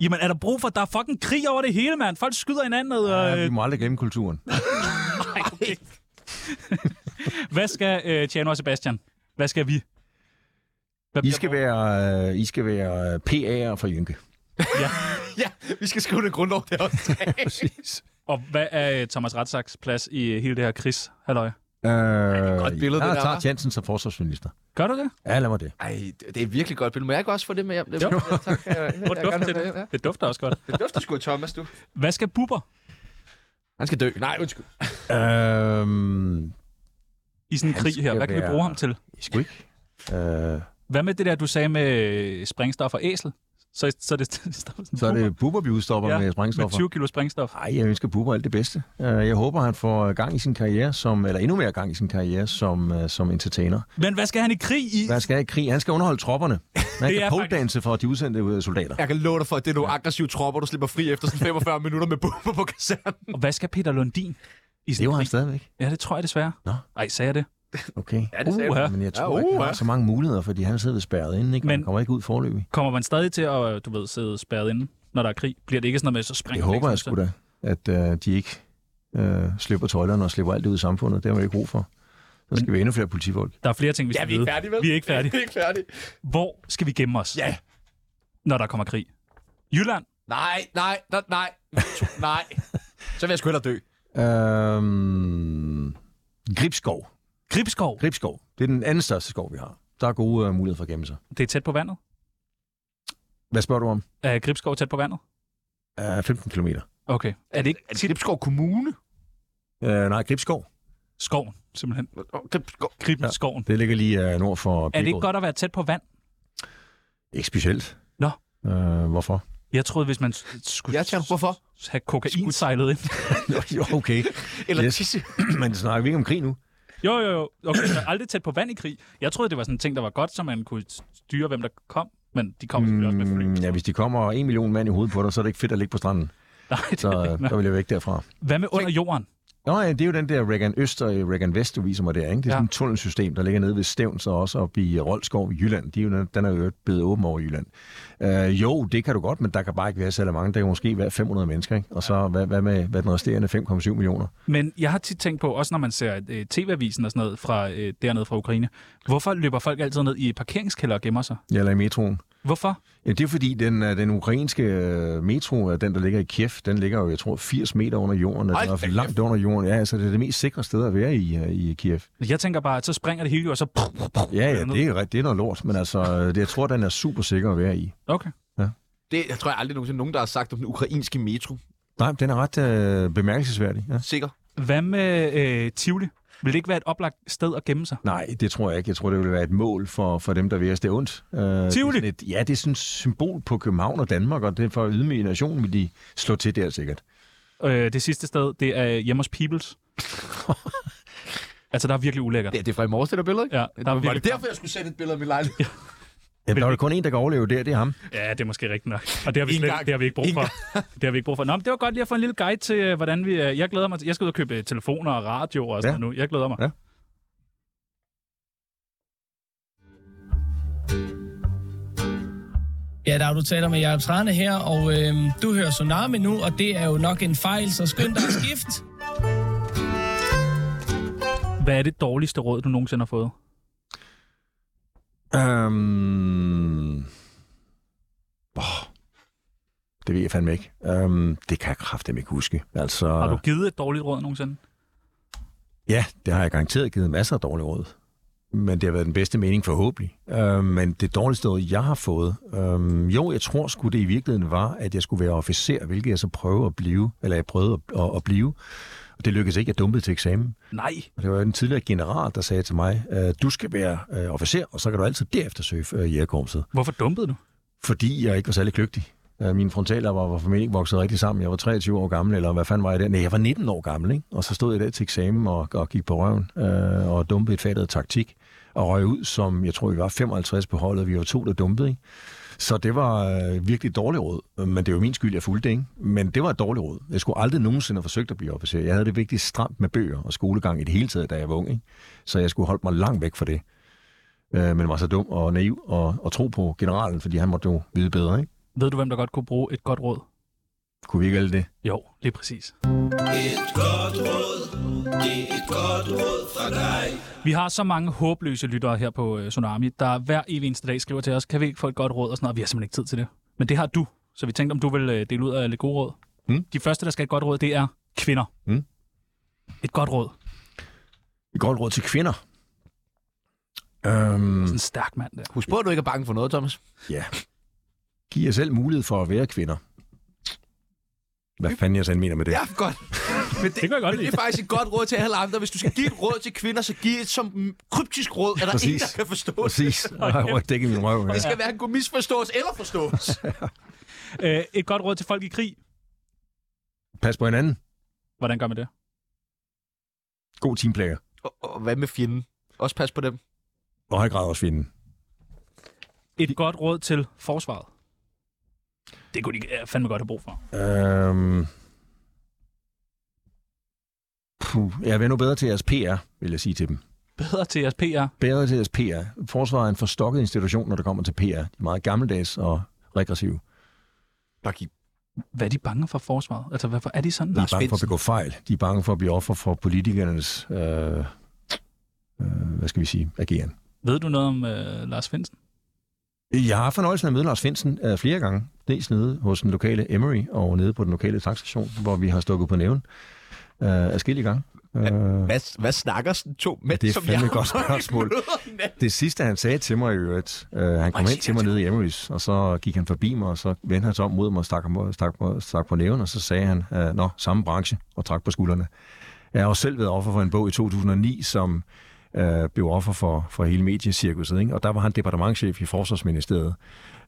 D: Jamen, er der brug for, der er fucking krig over det hele, mand? Folk skyder hinanden. Og,
C: Ja, vi
D: øh,
C: må aldrig glemme kulturen.
D: hvad skal øh, Tjano og Sebastian? Hvad skal vi? Hvad
C: I
D: bliver
C: skal
D: vores-
C: være, øh, I skal være øh, PA'er for Jynke.
A: ja, vi skal skrive den grundlov der også.
C: Præcis.
D: Og hvad er øh, Thomas Ratsaks plads i øh, hele det her kris? Halløj.
C: Øh, ja,
A: godt billede,
C: jeg
A: det der,
C: tager
A: hva'?
C: Jensen som forsvarsminister.
D: Gør du det?
C: Ja, lad mig det.
A: Ej, det det er virkelig godt billede. Må jeg ikke også få det med hjem? Det,
D: Jo.
A: Ja, tak. Jeg- jeg-
D: Hvor
A: jeg
D: dufter
A: gerne vil-
D: det?
A: ja.
D: Det dufter også godt.
A: Det dufter sgu af Thomas, du.
D: Hvad skal Bubber
A: Han skal dø. Nej, undskyld.
C: Øhm,
D: i sådan en
C: Han
D: krig
C: skal
D: her? Hvad kan vi
C: være-
D: bruge ham til?
C: I sgu ikke. Øh,
D: Hvad med det der, du sagde med øh, sprængstof og æsel? Så, så er det,
C: så er det Bubber, vi udstopper
D: Ja,
C: ja, med
D: med
C: sprængstoffer.
D: 20 kilo sprængstof.
C: Nej, jeg ønsker Bubber alt det bedste. Øh, Jeg håber, han får gang i sin karriere, som, eller endnu mere gang i sin karriere som, øh, som entertainer.
D: Men hvad skal han i krig i?
C: Hvad skal han i krig? Han skal underholde tropperne. Han
D: Det er
C: kan poledanse for de udsendte øh, soldater.
A: Jeg kan love dig for, at det er nogle aggressive tropper, du slipper fri efter sådan 45 minutter med bomber på kasernen.
D: Og hvad skal Peter Lundin i
C: Det
D: sådan
C: var
D: en
C: han
D: krig?
C: stadigvæk.
D: Ja, det tror jeg desværre.
C: Nå.
D: Ej, sagde jeg det?
C: Okay.
A: Ja, det sagde
D: Uha.
C: Men jeg tror
A: Ja,
C: ja, ikke, han
A: uha.
C: har så mange muligheder, fordi han sidder spærret inde, ikke? Men...
D: Men-
C: Han kommer ikke ud forløbig.
D: Kommer man stadig til at, øh, du ved, sidde spærret inde, når der er krig? Bliver det ikke sådan noget med, så
C: Det
D: springer
C: håber
D: man,
C: jeg
D: så-
C: sgu da, at øh, de ikke øh, slipper tøjlerne og slipper alt det ud i samfundet. Det har vi ikke brug for. Så skal vi have endnu flere politifolk.
D: Der er flere ting, vi skal
A: Ja, vi er ikke
D: vide.
A: færdige, vel?
D: Vi er ikke færdige.
A: Vi er ikke færdige.
D: Hvor skal vi gemme os,
A: Ja.
D: når der kommer krig? Jylland?
A: Nej, nej, nej, nej. Nej.
K: Så vil jeg sgu hellere dø.
C: Øhm, Gribskov.
D: Gribskov?
C: Gribskov. Det er den anden største skov, vi har. Der er gode øh, muligheder for at gemme sig.
D: Det er tæt på vandet.
C: Hvad spørger du om?
D: Er Gribskov tæt på vandet?
C: Uh, 15 km.
D: Okay. Er det ikke
K: er Gribskov Kommune?
C: Uh, nej, Gribskov.
D: Skoven, simpelthen.
K: Gribskov.
D: Gribskoven.
C: Det ligger lige uh, nord for
D: Er det ikke
C: Birkerød.
D: godt at være tæt på vand?
C: Ikke specielt.
D: Nå.
C: Uh, hvorfor?
D: Jeg troede, hvis man s- skulle jeg tænker,
K: hvorfor?
D: have kokain sejlet ind.
C: jo, okay.
K: Eller
C: yes.
K: tisse.
C: Men snakker vi ikke om krig nu?
D: Jo, jo, jo. Okay, så aldrig tæt på vand i krig. Jeg troede, det var sådan en ting, der var godt, så man kunne styre, hvem der kom. Men de kom selvfølgelig også med fly.
C: Mm, ja, hvis de kommer en million mand i hovedet på dig, så er det ikke fedt at ligge på stranden.
D: Nej, det
C: så,
D: er
C: øh,
D: ikke nok.
C: der vil jeg væk derfra.
D: Hvad med under jorden?
C: Nå ja, det er jo den der Regan Øst og øh, Regan Vest, du viser mig der, ikke? Det er ja. sådan et tunnelsystem, der ligger nede ved Stævns og også oppe i Roldskov i Jylland. De er jo, den er jo blevet åben over Jylland. Øh, jo, det kan du godt, men der kan bare ikke være særlig mange. Der kan måske være 500 mennesker, ikke? Og så hvad, hvad med hvad den resterende 5,7 millioner?
D: Men jeg har tit tænkt på, også når man ser øh, TV-avisen og sådan noget fra, øh, dernede fra Ukraine, hvorfor løber folk altid ned i parkeringskælder og gemmer sig?
C: Ja, eller i metroen.
D: Hvorfor?
C: Ja, det er fordi, den, øh, den ukrainske øh, metro, øh, den der ligger i Kiev, den ligger jo, jeg tror, 80 meter under jorden, og den er langt under jorden. Ja, altså det er det mest sikre sted at være i, øh, i Kiev.
D: Jeg tænker bare, at så springer det hele jo, og så...
C: Ja, ja, det er, rigt- det er noget lort, men altså, øh, det, jeg tror, den er super sikker at være i.
D: Okay.
K: Det jeg tror jeg aldrig nogensinde nogen, der har sagt om den ukrainske metro.
C: Nej, den er ret øh, bemærkelsesværdig. Ja.
K: Sikker.
D: Hvad med øh, Tivoli? Vil det ikke være et oplagt sted at gemme sig?
C: Nej, det tror jeg ikke. Jeg tror, det ville være et mål for, for dem, der vil os det ondt. Øh, det er
D: Tivoli?
C: sådan et, ja, det er sådan et symbol på København og Danmark, og det er for at ydmyge nationen, vil de slå til der sikkert.
D: Øh, det sidste sted, det er hjemme hos Peoples. altså, der er virkelig ulækkert.
K: Det, det er fra i morges, det der billede, ikke?
D: Ja, der er
K: Var det
D: virkelig-
K: derfor, jeg skulle sætte et billede af min lejlighed?
C: Ja, der er jo kun en, der kan overleve der, det er ham.
D: Ja, det er måske rigtigt nok. Og det har vi,
K: En
D: slet,
K: gang.
D: det har vi ikke brug
K: En
D: for. Det har vi ikke brug for. Nå, men det var godt lige at få en lille guide til, øh, hvordan vi... øh, Jeg glæder mig til... Jeg skal ud og købe øh, telefoner og radio og sådan
C: Ja.
D: ja. noget nu. Jeg glæder mig.
C: Ja.
J: Ja, der er du taler med Jacob Trane her, og øh, du hører Tsunami nu, og det er jo nok en fejl, så skynd dig at skifte.
D: Hvad er det dårligste råd, du nogensinde har fået?
C: Øhm... Oh, det ved jeg fandme ikke. Øhm, det kan jeg kraftedeme ikke huske. Altså,
D: Har du givet et dårligt råd nogensinde?
C: Ja, det har jeg garanteret givet masser af dårlige råd. Men det har været den bedste mening forhåbentlig. Øh, men det dårligste råd, jeg har fået, øh, jo, jeg tror sgu det i virkeligheden var, at jeg skulle være officer, hvilket jeg så prøvede at blive, eller jeg prøvede at, at, at blive. Og det lykkedes ikke, jeg dumpede til eksamen.
D: Nej.
C: Og det var en tidligere general, der sagde til mig, øh, du skal være øh, officer, og så kan du altid derefter søge øh, jægerkorpset.
D: Hvorfor dumpede du?
C: Fordi jeg ikke var særlig kløgtig. Øh, Mine frontaler var, var formentlig ikke vokset rigtig sammen. Jeg var 23 år gammel, eller hvad fanden var jeg der? Nej, jeg var 19 år gammel, ikke? Og så stod jeg der til eksamen og, og gik på røven øh, og dumpede et faget taktik. Og røg ud som, jeg tror, vi var 55 på holdet. Vi var to, der dumpede, ikke? Så det var øh, virkelig et dårligt råd. Men det var min skyld, jeg fulgte det, ikke? Men det var et dårligt råd. Jeg skulle aldrig nogensinde have forsøgt at blive officer. Jeg havde det virkelig stramt med bøger og skolegang i det hele taget, da jeg var ung, ikke? Så jeg skulle holde mig langt væk fra det. Øh, men var så dum og naiv og, og tro på generalen, fordi han måtte jo vide bedre, ikke?
D: Ved du, hvem der godt kunne bruge et godt råd?
C: Kunne vi ikke alle det?
D: Jo, lige præcis.
I: Et godt råd, det er et godt råd fra dig.
D: Vi har så mange håbløse lyttere her på øh, Tsunami, der hver evig eneste dag skriver til os, kan vi ikke få et godt råd og sådan noget, og vi har simpelthen ikke tid til det. Men det har du, så vi tænkte, om du vil øh, dele ud af lidt gode råd.
C: Mm.
D: De første, der skal have et godt råd, det er kvinder.
C: Mm.
D: Et godt råd.
C: Et godt råd til kvinder. Øhm,
D: Sådan en stærk mand der.
K: Husk på, at du ikke er bange for noget, Thomas.
C: ja. Giv jer selv mulighed for at være kvinder. Hvad fanden jeg sådan mener med det?
K: Ja, godt. Men det,
D: kan jeg godt
K: men det
D: lide.
K: er faktisk et godt råd til alle andre. Hvis du skal give et råd til kvinder, så giv et som mm, kryptisk råd, at der er ingen,
C: Præcis.
K: der kan forstå
C: Præcis.
K: det.
C: Jeg har dækket min røv.
K: Det
C: Ja.
K: skal hverken kunne misforstås eller forstås.
D: Øh, et godt råd til folk i krig.
C: Pas på hinanden.
D: Hvordan gør man det?
C: God teamplayer.
K: og, og hvad med fjenden? Også pas på dem.
C: Og høj grad også fjenden.
D: Et godt råd til forsvaret. Det kunne de øh, fandme godt have brug for.
C: Øhm, puh, jeg er nu bedre til jeres PR, vil jeg sige til dem.
D: Bedre til jeres PR.
C: Bedre til jeres PR. Forsvaret er en forstokket institution, når det kommer til PR. De er meget gammeldags og regressive.
K: Bare giv
D: Hvad er de bange for forsvaret? Altså, hvorfor er de sådan?
C: De er bange for at begå fejl. De er bange for at blive offer for politikernes, øh, øh, hvad skal vi sige, ageren.
D: Ved du noget om øh, Lars Finsen?
C: Jeg har haft fornøjelsen af at møde Lars Finsen øh, flere gange. Dels nede hos den lokale Emery og nede på den lokale tankstation, hvor vi har stukket på næven øh, afskillige gange. Øh,
A: Hvad, hvad snakker sådan to mænd,
C: det er
A: som
C: fandme
A: jeg
C: et godt
A: hvor I
C: spørgsmål.
A: møder hinanden?
C: det sidste, han sagde til mig i øvrigt, øh, han kom ind til mig nede i Emery's, og så gik han forbi mig, og så vendte han sig om mod mig og stak, mig, stak, mig, stak på næven, og så sagde han, øh, nå, samme branche, og trak på skuldrene. Jeg har også selv været offer for en bog i 2009, som øh, blev offer for, for hele mediecirkuset, ikke? og der var han departementchef i Forsvarsministeriet,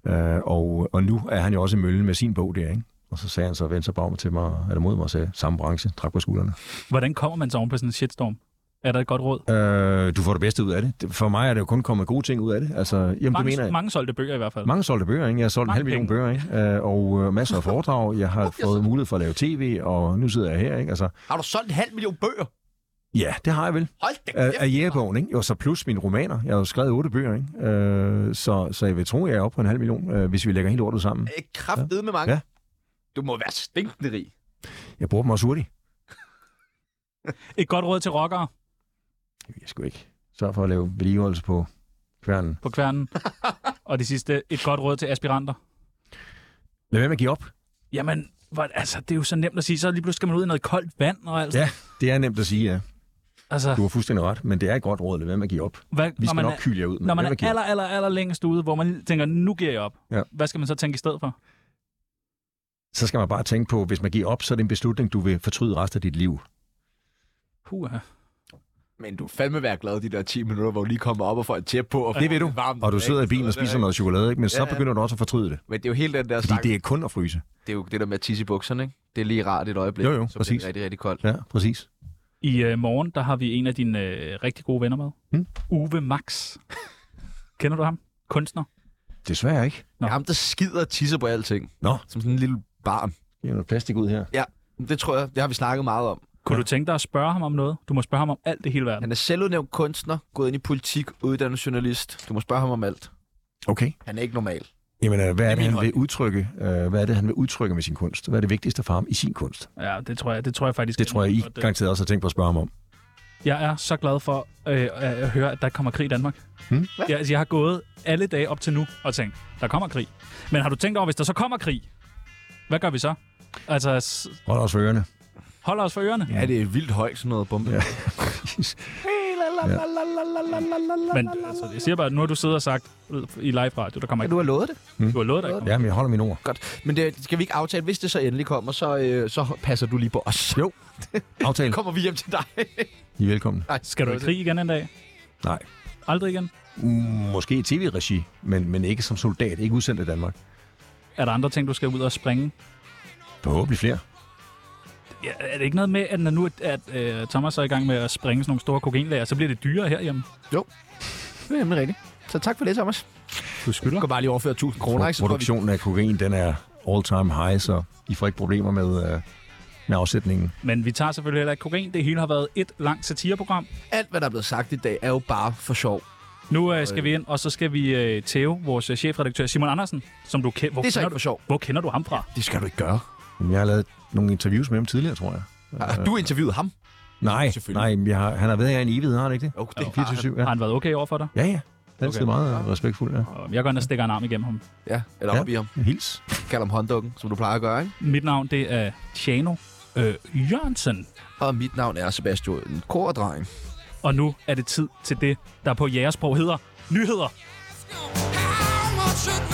C: øh, og, og nu er han jo også i møllen med sin bog der, ikke? Og så sagde han så, vendte sig bare om til mig, eller mod mig og sagde, samme branche, træk på skuldrene.
D: Hvordan kommer man så oven på sådan en shitstorm? Er der et godt råd?
C: Øh, du får det bedste ud af det. Det- For mig er det jo kun kommet gode ting ud af det. Altså, jamen, det
D: mange,
C: mener jeg.
D: mange solgte bøger i hvert fald.
C: Mange solgte bøger, ikke? Jeg har solgt en
D: Mange
C: halv million bøger, ikke? Øh, og øh, masser af foredrag. Jeg har fået mulighed for at lave tv, og nu sidder jeg her, ikke? Altså,
A: Har du solgt en halv million bøger?
C: ja, det har jeg vel.
A: Hold da
C: Af, af jægerbogen, ikke? Og så plus mine romaner. Jeg har jo skrevet otte bøger, ikke? Øh, så, så jeg vil tro, jeg er oppe på en halv million, øh, hvis vi lægger hele lortet sammen.
A: Kraftede med mange.
C: Ja.
A: Du må være stinkende rig.
C: Jeg bruger dem også hurtigt.
D: Et godt råd til rockere
C: Jeg skal ikke sørge for at lave vedligeholdelse på kværnen.
D: på kværnen. og det sidste, et godt råd til aspiranter.
C: Lad være med at give op.
D: Jamen, hvor, altså, det er jo så nemt at sige, så lige pludselig skal man ud i noget koldt vand og alt.
C: Ja, det er nemt at sige, ja.
D: Altså-
C: Du har fuldstændig ret, men det er et godt råd, lad være med at give op.
D: Hvad,
C: Vi skal
D: når man
C: nok
D: er-
C: kylde jer ud. men
D: Når
C: lad
D: man
C: være med at
D: er
C: give op.
D: aller, aller, aller længst ude, hvor man tænker, nu giver jeg op.
C: Ja.
D: Hvad skal man så tænke i stedet for?
C: så skal man bare tænke på, hvis man giver op, så er det en beslutning, du vil fortryde resten af dit liv.
D: Puh,
A: Men du vil fandme være glad de der 10 minutter, hvor du lige kommer op og får et tæppe på. Og
C: Det vil du,
A: Varmt,
C: og du sidder i bilen og spiser noget chokolade, ikke? men så
A: Ja, ja.
C: begynder du også at fortryde det.
A: Men det er jo helt den der
C: Fordi
A: snak.
C: det er kun at fryse.
A: Det er jo det der med at tisse i bukserne, ikke? Det er lige rart et øjeblik.
C: Jo, jo,
A: så
C: præcis.
A: Det er rigtig, rigtig koldt.
C: Ja, præcis.
D: I øh, morgen, der har vi en af dine øh, rigtig gode venner med.
C: Hmm?
D: Uwe Max. Kender du ham? Kunstner.
C: Desværre ikke.
A: Det er ham, der skider og tisser på alting.
C: Nå.
A: Som sådan en lille barn.
C: Jeg har noget plastik ud her.
A: Ja, det tror jeg. Det har vi snakket meget om.
D: Kunne du tænke dig at spørge ham om noget? Du må spørge ham om alt det hele verden.
A: Han er selvudnævnt kunstner, gået ind i politik, uddannet journalist. Du må spørge ham om alt.
C: Okay.
A: Han er ikke normal.
C: Jamen, øh, hvad er det, han vil udtrykke? øh, Hvad er det, han vil udtrykke med sin kunst? Hvad er det vigtigste for ham i sin kunst?
D: Ja, det tror jeg, det tror jeg faktisk.
C: Det tror jeg, I
D: Og det-
C: garanteret også har tænkt på at spørge ham om.
D: Jeg er så glad for øh, at- at høre, at der kommer krig i Danmark.
C: Hmm?
D: Jeg, altså, jeg har gået alle dage op til nu og tænkt, der kommer krig. Men har du tænkt over, hvis der så kommer krig, hvad gør vi så? Altså, s-
C: Hold os for ørerne.
D: holder os for ørerne?
A: Ja, det er vildt højt sådan noget bombe. Ja.
D: Men altså, jeg siger bare, at nu har du siddet og sagt øh, i live radio, der kommer
A: Men
D: ikke.
A: du har lovet det.
C: Hmm?
D: Du har lovet dig.
C: Ja, men jeg holder mine ord.
A: Godt. Men det skal vi ikke aftale. Hvis det så endelig kommer, så, øh, så passer du lige på os.
C: Jo. Aftale.
A: kommer vi hjem til dig.
C: I er velkommen.
A: Nej,
D: Skal du i krig igen en dag?
C: Nej.
D: Aldrig igen?
C: Mm, Måske i tv-regi, men, men ikke som soldat. Ikke udsendt af Danmark.
D: Er der andre ting, du skal ud og springe?
C: Forhåbentlig flere.
D: Ja, er det ikke noget med, at når nu at, at, øh, Thomas er i gang med at springe sådan nogle store kokainlager, så bliver det dyrere herhjemme?
A: Jo. Det er nemlig rigtigt. Så tak for det, Thomas.
D: Du skylder.
A: Du kan bare lige overføre 1000 kroner, ikke? Så tror vi-
C: Produktionen af kokain, den er all-time high, så I får ikke problemer med, øh, med afsætningen.
D: Men vi tager selvfølgelig heller ikke kokain. Det hele har været et langt satireprogram.
A: Alt, hvad der er blevet sagt i dag, er jo bare for sjov.
D: Nu øh, skal vi ind, og så skal vi øh, tæve vores øh, chefredaktør Simon Andersen, som du kender. Hvor,
A: Det er så
D: kender
A: ikke
D: du-
A: for sjov.
D: hvor kender du ham fra?
A: Det skal du ikke gøre.
C: Jamen, Jeg har lavet nogle interviews med ham tidligere, tror jeg.
A: Har du interviewet ham?
C: Nej, nej men jeg har, han har været her i en evighed, har han ikke det?
A: Jo, det
C: 24-7,
D: Har
C: ja.
D: han været okay over for dig?
C: Ja, ja. Den okay. er meget respektfuld, ja.
D: Og Jeg går ind og stikker en arm igennem ham.
A: Ja, eller op i ham.
C: Hils.
A: Kald ham håndduggen, som du plejer at gøre, ikke?
D: Mit navn, det er Tjano øh, Jørgensen.
A: Og mit navn er Sebastian Kordreng.
D: Og nu er det tid til det, der på jægersprog hedder nyheder.
J: How much should